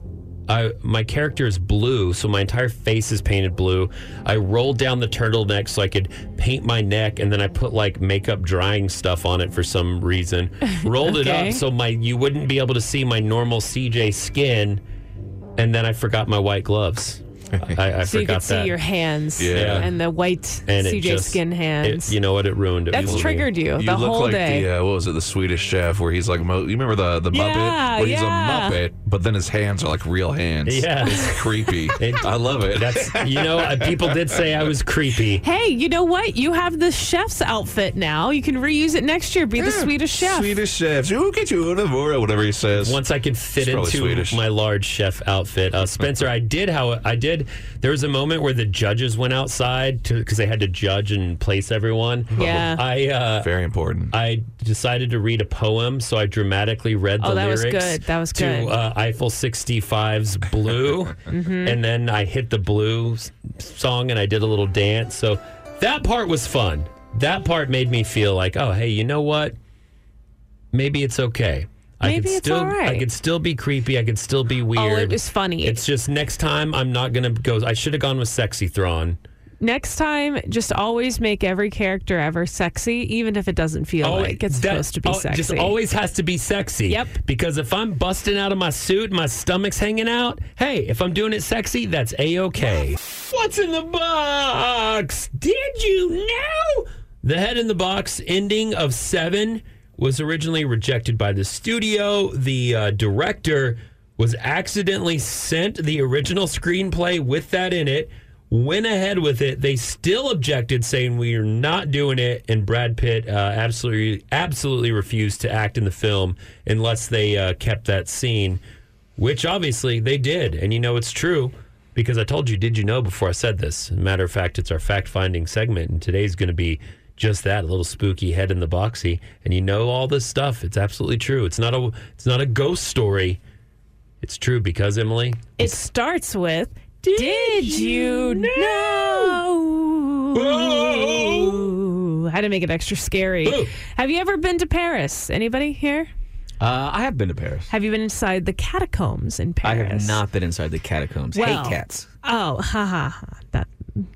[SPEAKER 11] I, my character is blue, so my entire face is painted blue. I rolled down the turtleneck so I could paint my neck, and then I put like makeup drying stuff on it for some reason. Rolled it
[SPEAKER 13] Okay.
[SPEAKER 11] up so my you wouldn't be able to see my normal CJ skin, and then I forgot my white gloves. I, I
[SPEAKER 13] so you
[SPEAKER 11] forgot
[SPEAKER 13] could see
[SPEAKER 11] that.
[SPEAKER 13] your hands
[SPEAKER 11] Yeah.
[SPEAKER 13] and the white
[SPEAKER 11] And it
[SPEAKER 13] CJ
[SPEAKER 11] just-
[SPEAKER 13] skin hands.
[SPEAKER 11] It, you know what? It ruined it.
[SPEAKER 13] That's
[SPEAKER 11] for me.
[SPEAKER 13] triggered you, the
[SPEAKER 12] look
[SPEAKER 13] whole
[SPEAKER 12] like
[SPEAKER 13] day.
[SPEAKER 12] the uh, what was it, the Swedish Chef, where he's like, mo- you remember the the
[SPEAKER 13] Yeah,
[SPEAKER 12] Muppet, where he's
[SPEAKER 13] yeah.
[SPEAKER 12] a Muppet, but then his hands are like real hands.
[SPEAKER 11] Yeah.
[SPEAKER 12] it's creepy. I love it.
[SPEAKER 11] That's you know, uh, people did say I was creepy.
[SPEAKER 13] Hey, you know what? You have the chef's outfit now. You can reuse it next year. Be the Swedish chef.
[SPEAKER 12] Swedish chefs. Who get you out of or whatever he says.
[SPEAKER 11] Once I can fit
[SPEAKER 12] It's probably
[SPEAKER 11] into
[SPEAKER 12] Swedish.
[SPEAKER 11] my large chef outfit, uh, Spencer, I did how I did. There was a moment where the judges went outside because they had to judge and place everyone.
[SPEAKER 13] Yeah.
[SPEAKER 11] I uh,
[SPEAKER 12] very important.
[SPEAKER 11] I decided to read a poem, so I dramatically read
[SPEAKER 13] Oh,
[SPEAKER 11] the
[SPEAKER 13] that was
[SPEAKER 11] lyrics.
[SPEAKER 13] good. That was
[SPEAKER 11] to
[SPEAKER 13] good.
[SPEAKER 11] uh, Eiffel 65's "Blue,"
[SPEAKER 13] Mhm.
[SPEAKER 11] and then I hit the blue s- song and I did a little dance. So that part was fun. That part made me feel like, oh, hey, you know what? Maybe it's okay. I could
[SPEAKER 13] Maybe it's
[SPEAKER 11] still
[SPEAKER 13] all right.
[SPEAKER 11] I could still be creepy. I could still be weird.
[SPEAKER 13] was funny.
[SPEAKER 11] It's just next time I'm not gonna go. I should have gone with sexy Thrawn.
[SPEAKER 13] Next time, just always make every character ever sexy, even if it doesn't feel
[SPEAKER 11] Always-
[SPEAKER 13] like it's
[SPEAKER 11] that-
[SPEAKER 13] supposed to be
[SPEAKER 11] al-
[SPEAKER 13] sexy.
[SPEAKER 11] Just always has to be sexy.
[SPEAKER 13] Yep.
[SPEAKER 11] Because if I'm busting out of my suit, my stomach's hanging out. Hey, if I'm doing it sexy, that's a okay. What's in the box? Did you know? The head in the box ending of seven was originally rejected by the studio. The uh, director was accidentally sent the original screenplay with that in it. Went ahead with it. They still objected, saying we are not doing it. And Brad Pitt uh, absolutely, absolutely refused to act in the film unless they uh, kept that scene which obviously they did. And you know it's true because I told you, did you know before I said this? Matter of fact, it's our fact finding segment, and today's going to be just that a little spooky head in the boxy. And you know all this stuff. It's absolutely true. It's not a it's not a ghost story. It's true because Emily.
[SPEAKER 13] it starts with Did, you know? How to make it extra scary. Have you ever been to Paris? Anybody here?
[SPEAKER 15] Uh, I have been to Paris.
[SPEAKER 13] Have you been inside the catacombs in
[SPEAKER 15] I have
[SPEAKER 13] Paris?
[SPEAKER 15] not been inside the catacombs.
[SPEAKER 13] Well,
[SPEAKER 15] Hate cats.
[SPEAKER 13] Oh, ha ha ha. That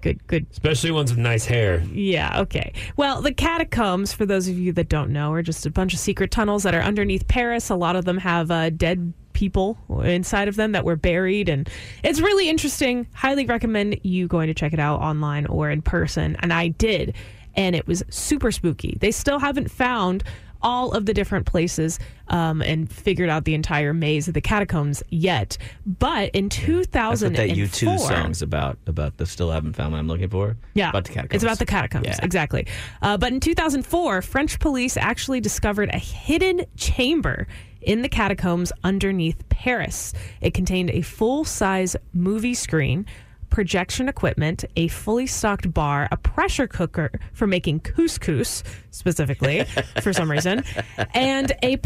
[SPEAKER 13] good, good.
[SPEAKER 11] Especially ones with nice hair.
[SPEAKER 13] Yeah, okay. Well, the catacombs, for those of you that don't know, are just a bunch of secret tunnels that are underneath Paris. A lot of them have uh, dead people inside of them that were buried. And it's really interesting. Highly recommend you going to check it out online or in person. And I did. And it was super spooky. They still haven't found all of the different places um, and figured out the entire maze of the catacombs yet. But in 2004,
[SPEAKER 15] That's what that U2 song's about, about the still haven't found what I'm looking for.
[SPEAKER 13] yeah.
[SPEAKER 15] About the catacombs.
[SPEAKER 13] It's about the catacombs.
[SPEAKER 15] Yeah.
[SPEAKER 13] Exactly. Uh, but in 2004, French police actually discovered a hidden chamber in the catacombs underneath Paris. It contained a full size movie screen. Projection equipment, a fully stocked bar, a pressure cooker for making couscous specifically for some reason, and a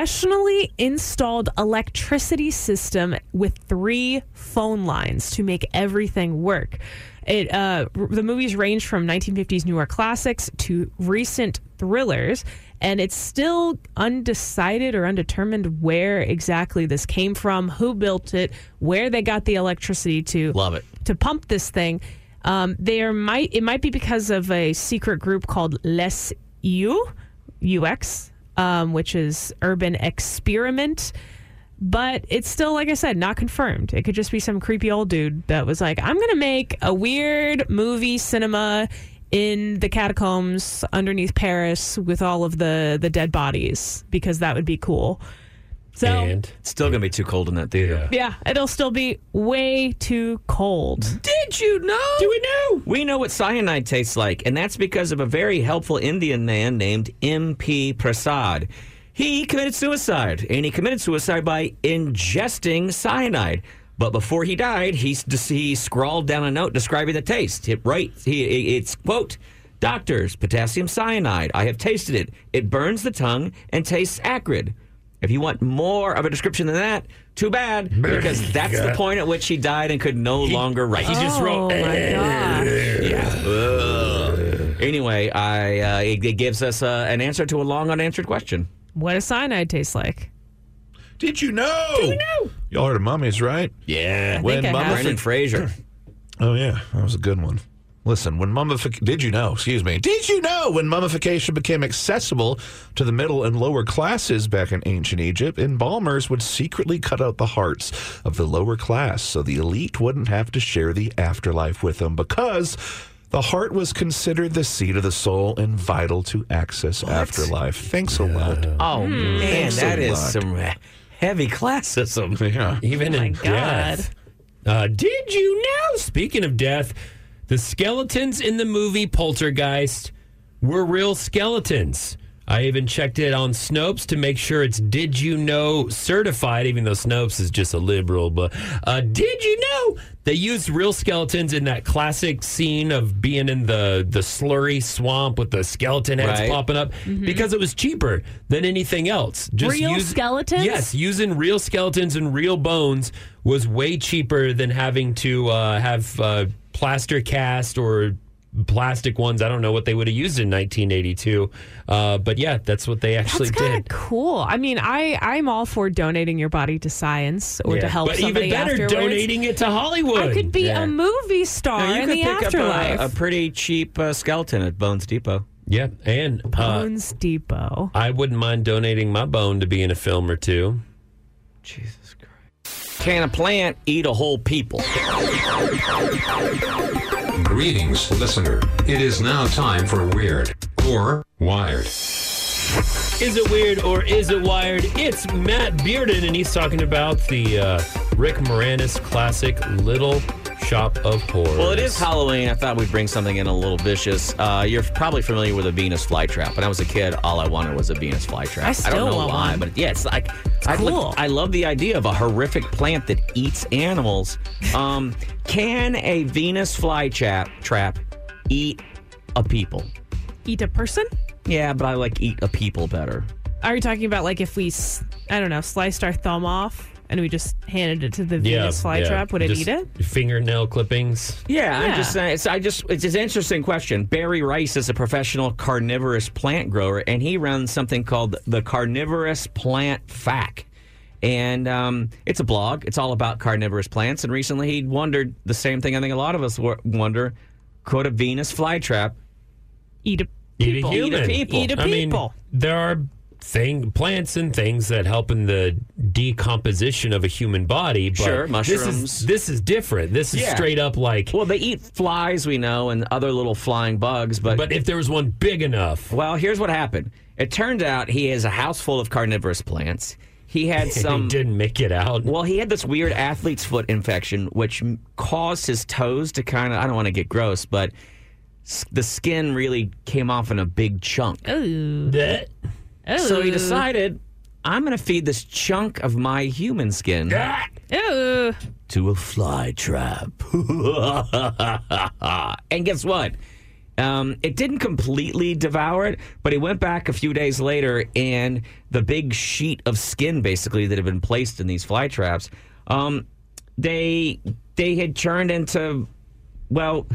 [SPEAKER 13] professionally installed electricity system with three phone lines to make everything work. It uh, r- the movies range from 1950s noir classics to recent thrillers, and it's still undecided or undetermined where exactly this came from, who built it, where they got the electricity to
[SPEAKER 15] love it
[SPEAKER 13] to pump this thing. Um, there might it might be because of a secret group called Les U UX, um, which is Urban Experiment but it's still like i said not confirmed it could just be some creepy old dude that was like i'm gonna make a weird movie cinema in the catacombs underneath paris with all of the the dead bodies because that would be cool so
[SPEAKER 15] Still going to be too cold in that theater.
[SPEAKER 13] yeah it'll still be way too cold
[SPEAKER 15] Did you know? Do we know? We know what cyanide tastes like, and that's because of a very helpful Indian man named M.P. Prasad. He committed suicide, and he committed suicide by ingesting cyanide. But before he died, he, s- he scrawled down a note describing the taste. It right, he, it's quote, "Doctors, potassium cyanide. I have tasted it. It burns the tongue and tastes acrid." If you want more of a description than that, too bad, because that's the
[SPEAKER 11] God.
[SPEAKER 15] point at which he died and could no longer write.
[SPEAKER 11] He just Eh. wrote.
[SPEAKER 13] Oh
[SPEAKER 15] Ugh. Anyway, I uh, it, it gives us uh, an answer to a long unanswered question.
[SPEAKER 13] what does cyanide taste like
[SPEAKER 12] Did you know? Did you know? Y'all heard of mummies, right?
[SPEAKER 15] Yeah.
[SPEAKER 13] I think I have.
[SPEAKER 15] Brendan Fraser.
[SPEAKER 12] oh yeah, that was a good one. Listen, when mummification, did you know, excuse me, did you know when mummification became accessible to the middle and lower classes back in ancient Egypt, embalmers would secretly cut out the hearts of the lower class so the elite wouldn't have to share the afterlife with them because the heart was considered the seat of the soul and vital to access
[SPEAKER 15] What?
[SPEAKER 12] afterlife. Thanks a lot.
[SPEAKER 15] Oh man,
[SPEAKER 12] Thanks a
[SPEAKER 15] that is
[SPEAKER 12] lot.
[SPEAKER 15] some he- heavy classism.
[SPEAKER 12] Yeah.
[SPEAKER 13] Oh
[SPEAKER 11] Even in death. Uh, did you know? Speaking of death, the skeletons in the movie Poltergeist were real skeletons. I even checked it on Snopes to make sure it's Did You Know certified, even though Snopes is just a liberal. But uh, did you know they used real skeletons in that classic scene of being in the, the slurry swamp with the skeleton heads
[SPEAKER 15] Right.
[SPEAKER 11] popping up because it was cheaper than anything else?
[SPEAKER 13] Mm-hmm. Real skeletons?
[SPEAKER 11] Yes, using real skeletons and real bones was way cheaper than having to uh, have uh, plaster cast or plastic ones. I don't know what they would have used in 1982, uh, but yeah, that's what they actually
[SPEAKER 13] That's kind
[SPEAKER 11] did.
[SPEAKER 13] of cool. I mean, I I'm all for donating your body to science or
[SPEAKER 11] Yeah.
[SPEAKER 13] to help
[SPEAKER 11] But even
[SPEAKER 13] somebody
[SPEAKER 11] better,
[SPEAKER 13] afterwards.
[SPEAKER 11] donating it to Hollywood.
[SPEAKER 13] I could be
[SPEAKER 15] Yeah.
[SPEAKER 13] a movie star
[SPEAKER 15] Now, you
[SPEAKER 13] in
[SPEAKER 15] could
[SPEAKER 13] the
[SPEAKER 15] pick up
[SPEAKER 13] afterlife.
[SPEAKER 15] a, a pretty cheap uh, skeleton at Bones Depot.
[SPEAKER 11] Yeah, and uh,
[SPEAKER 13] Bones Depot.
[SPEAKER 11] I wouldn't mind donating my bone to be in a film or two.
[SPEAKER 15] Can a plant eat a whole people?
[SPEAKER 19] Greetings, listener. It is now time for Weird or Wired.
[SPEAKER 11] Is it weird or is it wired? It's Matt Bearden, and he's talking about the uh, Rick Moranis classic Little Shop of Horrors.
[SPEAKER 15] Well, it is Halloween. I thought we'd bring something in a little vicious. Uh, you're probably familiar with a Venus flytrap. When I was a kid, all I wanted was a Venus flytrap.
[SPEAKER 13] I
[SPEAKER 15] don't
[SPEAKER 13] still
[SPEAKER 15] know
[SPEAKER 13] want
[SPEAKER 15] why,
[SPEAKER 13] one.
[SPEAKER 15] but yeah, it's like I lo-
[SPEAKER 13] cool.
[SPEAKER 15] I love the idea of a horrific plant that eats animals. Um, can a Venus flytrap trap eat a people?
[SPEAKER 13] Eat a person?
[SPEAKER 15] Yeah, but I like eat a people better.
[SPEAKER 13] Are you talking about like if we, s- I don't know, sliced our thumb off and we just handed it to the Venus flytrap? Would it
[SPEAKER 11] Just
[SPEAKER 13] eat it?
[SPEAKER 11] Fingernail clippings.
[SPEAKER 15] Yeah,
[SPEAKER 13] Yeah.
[SPEAKER 15] I'm just saying. It's, I just it's an interesting question. Barry Rice is a professional carnivorous plant grower, and he runs something called the Carnivorous Plant FAC, and um, it's a blog. It's all about carnivorous plants. And recently, he wondered the same thing. I think a lot of us wo- wonder: could a Venus flytrap
[SPEAKER 13] eat a
[SPEAKER 11] Eat a human. I mean, there are thing plants and things that help in the decomposition of a human body. But
[SPEAKER 15] Sure,
[SPEAKER 11] This
[SPEAKER 15] mushrooms.
[SPEAKER 11] is, this is different. This is
[SPEAKER 15] Yeah.
[SPEAKER 11] straight up like.
[SPEAKER 15] Well, they eat flies, we know, and other little flying bugs, but
[SPEAKER 11] But if there was one big enough.
[SPEAKER 15] Well, here's what happened. It turned out he has a house full of carnivorous plants. He had
[SPEAKER 11] He
[SPEAKER 15] some
[SPEAKER 11] didn't make it out.
[SPEAKER 15] Well, he had this weird athlete's foot infection which m- caused his toes to kind of I don't want to get gross, but s- the skin really came off in a big chunk.
[SPEAKER 13] Oh.
[SPEAKER 11] Blech.
[SPEAKER 15] So he decided I'm going to feed this chunk of my human skin
[SPEAKER 13] Ew.
[SPEAKER 15] to a fly trap. and guess what? Um, it didn't completely devour it, but he went back a few days later, and the big sheet of skin, basically, that had been placed in these fly traps, um, they they had turned into, well,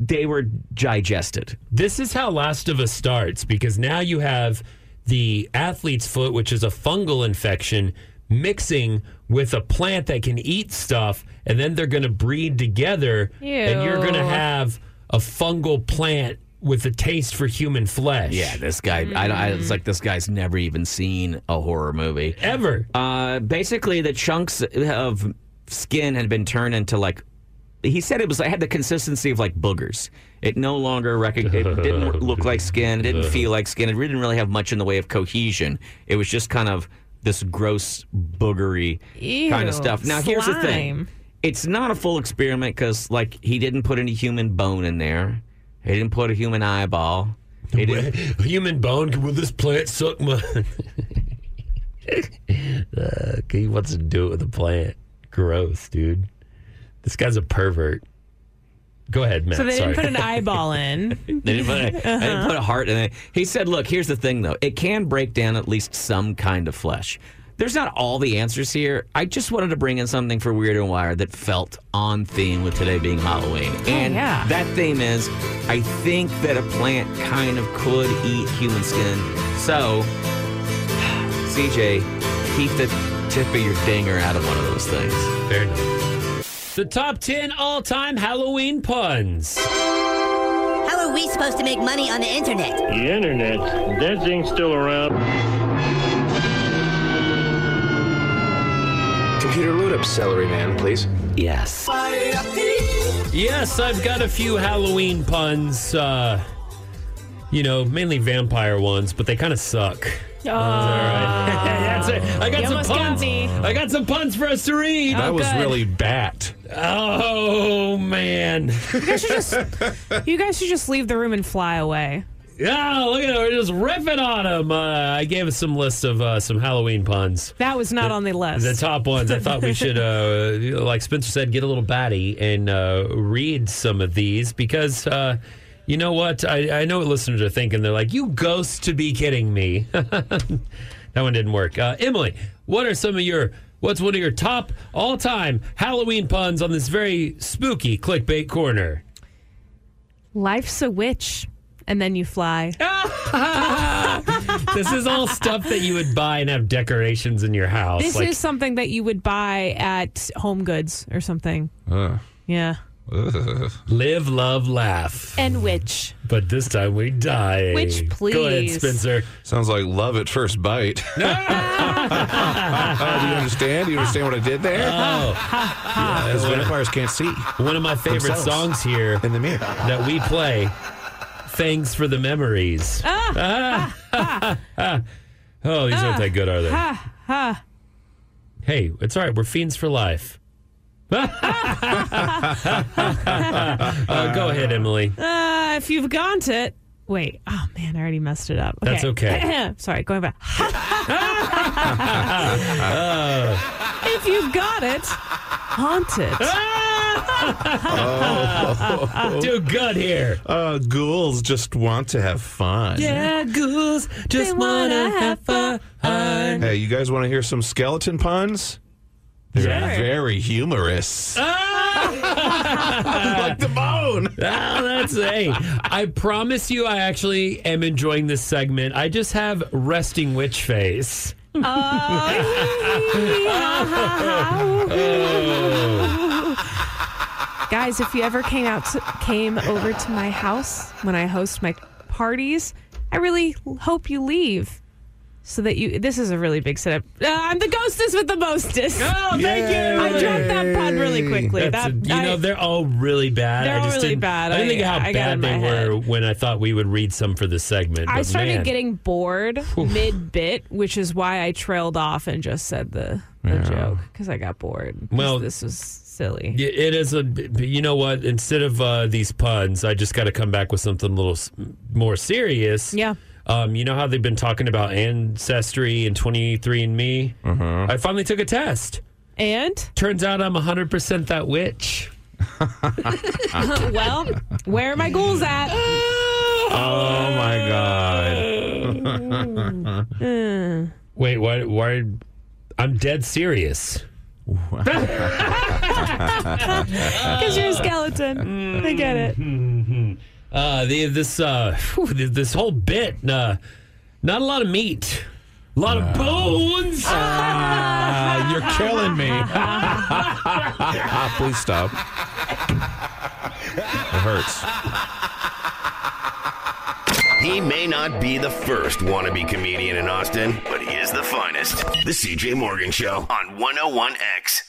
[SPEAKER 15] they were digested.
[SPEAKER 11] This is how Last of Us starts because now you have the athlete's foot, which is a fungal infection, mixing with a plant that can eat stuff, and then they're going to breed together, and you're going to
[SPEAKER 15] Ew.
[SPEAKER 11] have a fungal plant with a taste for human flesh.
[SPEAKER 15] Yeah, this guy. I, I, it's like this guy's never even seen a horror movie
[SPEAKER 11] ever.
[SPEAKER 15] Uh, basically, the chunks of skin had been turned into like. He said it was. It had the consistency of like boogers. It no longer rec- it didn't look like skin. It didn't feel like skin. It didn't really have much in the way of cohesion. It was just kind of this gross boogery kind
[SPEAKER 13] Ew,
[SPEAKER 15] of stuff. Now here's the
[SPEAKER 13] slime.
[SPEAKER 15] thing. It's not a full experiment because like he didn't put any human bone in there. He didn't put a human eyeball. He didn't-
[SPEAKER 11] Human bone, will this plant suck my. uh, he wants to do it with a plant. Gross, dude. This guy's a pervert. Go ahead, Matt.
[SPEAKER 13] so they
[SPEAKER 11] Sorry.
[SPEAKER 13] didn't put an eyeball in.
[SPEAKER 15] They didn't, put a, they didn't
[SPEAKER 13] Uh-huh.
[SPEAKER 15] put a heart in it. He said, look, here's the thing, though. It can break down at least some kind of flesh. There's not all the answers here. I just wanted to bring in something for Weird and Wire that felt on theme with today being Halloween. And
[SPEAKER 13] Oh, yeah.
[SPEAKER 15] that theme is I think that a plant kind of could eat human skin. So, CJ, keep the tip of your dinger out of one of those things.
[SPEAKER 11] Fair enough. The top 10 all time Halloween puns.
[SPEAKER 20] How are we supposed to make money on the internet?
[SPEAKER 21] The internet? That thing's still around.
[SPEAKER 22] Computer load up Celery Man, please.
[SPEAKER 15] Yes.
[SPEAKER 11] Yes, I've got a few Halloween puns. Uh, you know, mainly vampire ones, but they kind of suck.
[SPEAKER 13] Oh. That's
[SPEAKER 11] it. I got
[SPEAKER 13] You
[SPEAKER 11] some
[SPEAKER 13] almost got
[SPEAKER 11] puns.
[SPEAKER 13] me. Oh,
[SPEAKER 11] I got some puns for us to read.
[SPEAKER 12] that was really bat.
[SPEAKER 11] Oh man.
[SPEAKER 13] you guys should just leave the room and fly away.
[SPEAKER 11] Yeah, look at her just riffing on him. Uh, I gave us some list of uh, some Halloween puns.
[SPEAKER 13] That was not on the list.
[SPEAKER 11] The top ones. I thought we should, uh, like Spencer said, get a little batty and uh, read some of these because uh, you know what? I, I know what listeners are thinking. They're like, "You ghost to be kidding me." that one didn't work. Uh, Emily, what are some of your what's one of your top all time Halloween puns on this very spooky clickbait corner?
[SPEAKER 13] Life's a witch, and then you fly.
[SPEAKER 11] this is all stuff that you would buy and have decorations in your house.
[SPEAKER 13] This is something that you would buy at Home Goods or something.
[SPEAKER 11] Ugh.
[SPEAKER 13] Yeah.
[SPEAKER 11] Ugh. live, love, laugh.
[SPEAKER 13] And witch.
[SPEAKER 11] But this time we die.
[SPEAKER 13] Which,
[SPEAKER 11] Go ahead,
[SPEAKER 13] please.
[SPEAKER 11] Spencer.
[SPEAKER 12] Sounds like love at first bite. Do you understand? Do you understand what I did there? Yeah, as vampires can't see.
[SPEAKER 11] One of my favorite songs
[SPEAKER 12] Themselves.
[SPEAKER 11] here in the mirror that we play. Thanks for the memories.
[SPEAKER 13] Ah, ah,
[SPEAKER 11] Ah. Oh, these aren't
[SPEAKER 13] ah,
[SPEAKER 11] that good, are they?
[SPEAKER 13] Ha, ha.
[SPEAKER 11] Hey, it's all right. We're fiends for life. Uh, go ahead, Emily.
[SPEAKER 13] Uh, if you've gone to it. Wait. Oh, man, I already messed it up.
[SPEAKER 11] That's okay.
[SPEAKER 13] Sorry, going back.
[SPEAKER 11] Uh,
[SPEAKER 13] if you've got it, haunt it.
[SPEAKER 11] Do good here.
[SPEAKER 12] Uh, ghouls just want to have fun.
[SPEAKER 13] Yeah,
[SPEAKER 11] ghouls
[SPEAKER 13] just wanna have fun.
[SPEAKER 12] Hey, you guys want to hear some skeleton puns? They're
[SPEAKER 11] Sure.
[SPEAKER 12] very humorous. Ah!
[SPEAKER 11] like
[SPEAKER 12] the bone.
[SPEAKER 11] Ah, that's hey. I promise you, I actually am enjoying this segment. I just have resting witch face.
[SPEAKER 13] Oh. Guys, if you ever came out to, came over to my house when I host my parties, I really hope you leave. So that you, this is a really big setup. Uh, I'm the ghostest with the mostest.
[SPEAKER 11] Oh, thank you.
[SPEAKER 13] I dropped that pun really quickly.
[SPEAKER 11] That's
[SPEAKER 13] That,
[SPEAKER 11] a- you
[SPEAKER 13] I-
[SPEAKER 11] know, they're all really bad.
[SPEAKER 13] They're
[SPEAKER 11] I
[SPEAKER 13] all
[SPEAKER 11] just
[SPEAKER 13] really
[SPEAKER 11] didn't,
[SPEAKER 13] bad.
[SPEAKER 11] I didn't think
[SPEAKER 13] I-
[SPEAKER 11] how
[SPEAKER 13] I got
[SPEAKER 11] bad
[SPEAKER 13] in
[SPEAKER 11] they
[SPEAKER 13] my head.
[SPEAKER 11] were when I thought we would read some for this segment.
[SPEAKER 13] I
[SPEAKER 11] but
[SPEAKER 13] started
[SPEAKER 11] man.
[SPEAKER 13] getting bored mid bit, which is why I trailed off and just said the, the joke because I got bored. 'Cause
[SPEAKER 11] Well,
[SPEAKER 13] this was silly.
[SPEAKER 11] Y- It is a. You know what? Instead of uh, these puns, I just got to come back with something a little s- more serious.
[SPEAKER 13] Yeah.
[SPEAKER 11] Um, you know how they've been talking about ancestry and 23andMe? Mm-hmm. I finally took a test.
[SPEAKER 13] And
[SPEAKER 11] turns out I'm 100% that witch.
[SPEAKER 13] well, where are my ghouls at?
[SPEAKER 12] Oh
[SPEAKER 11] Uh,
[SPEAKER 12] my god.
[SPEAKER 13] Mm.
[SPEAKER 11] Wait, why? Why? I'm dead serious.
[SPEAKER 13] Because you're a skeleton. I get it.
[SPEAKER 11] Uh, the, this uh, phew, th- this whole bit, uh, not a lot of meat, a lot of bones.
[SPEAKER 12] you're killing me. ah, Please stop. It hurts.
[SPEAKER 16] He may not be the first wannabe oh comedian in Austin, but he is the finest. The CJ Morgan Show on 101X.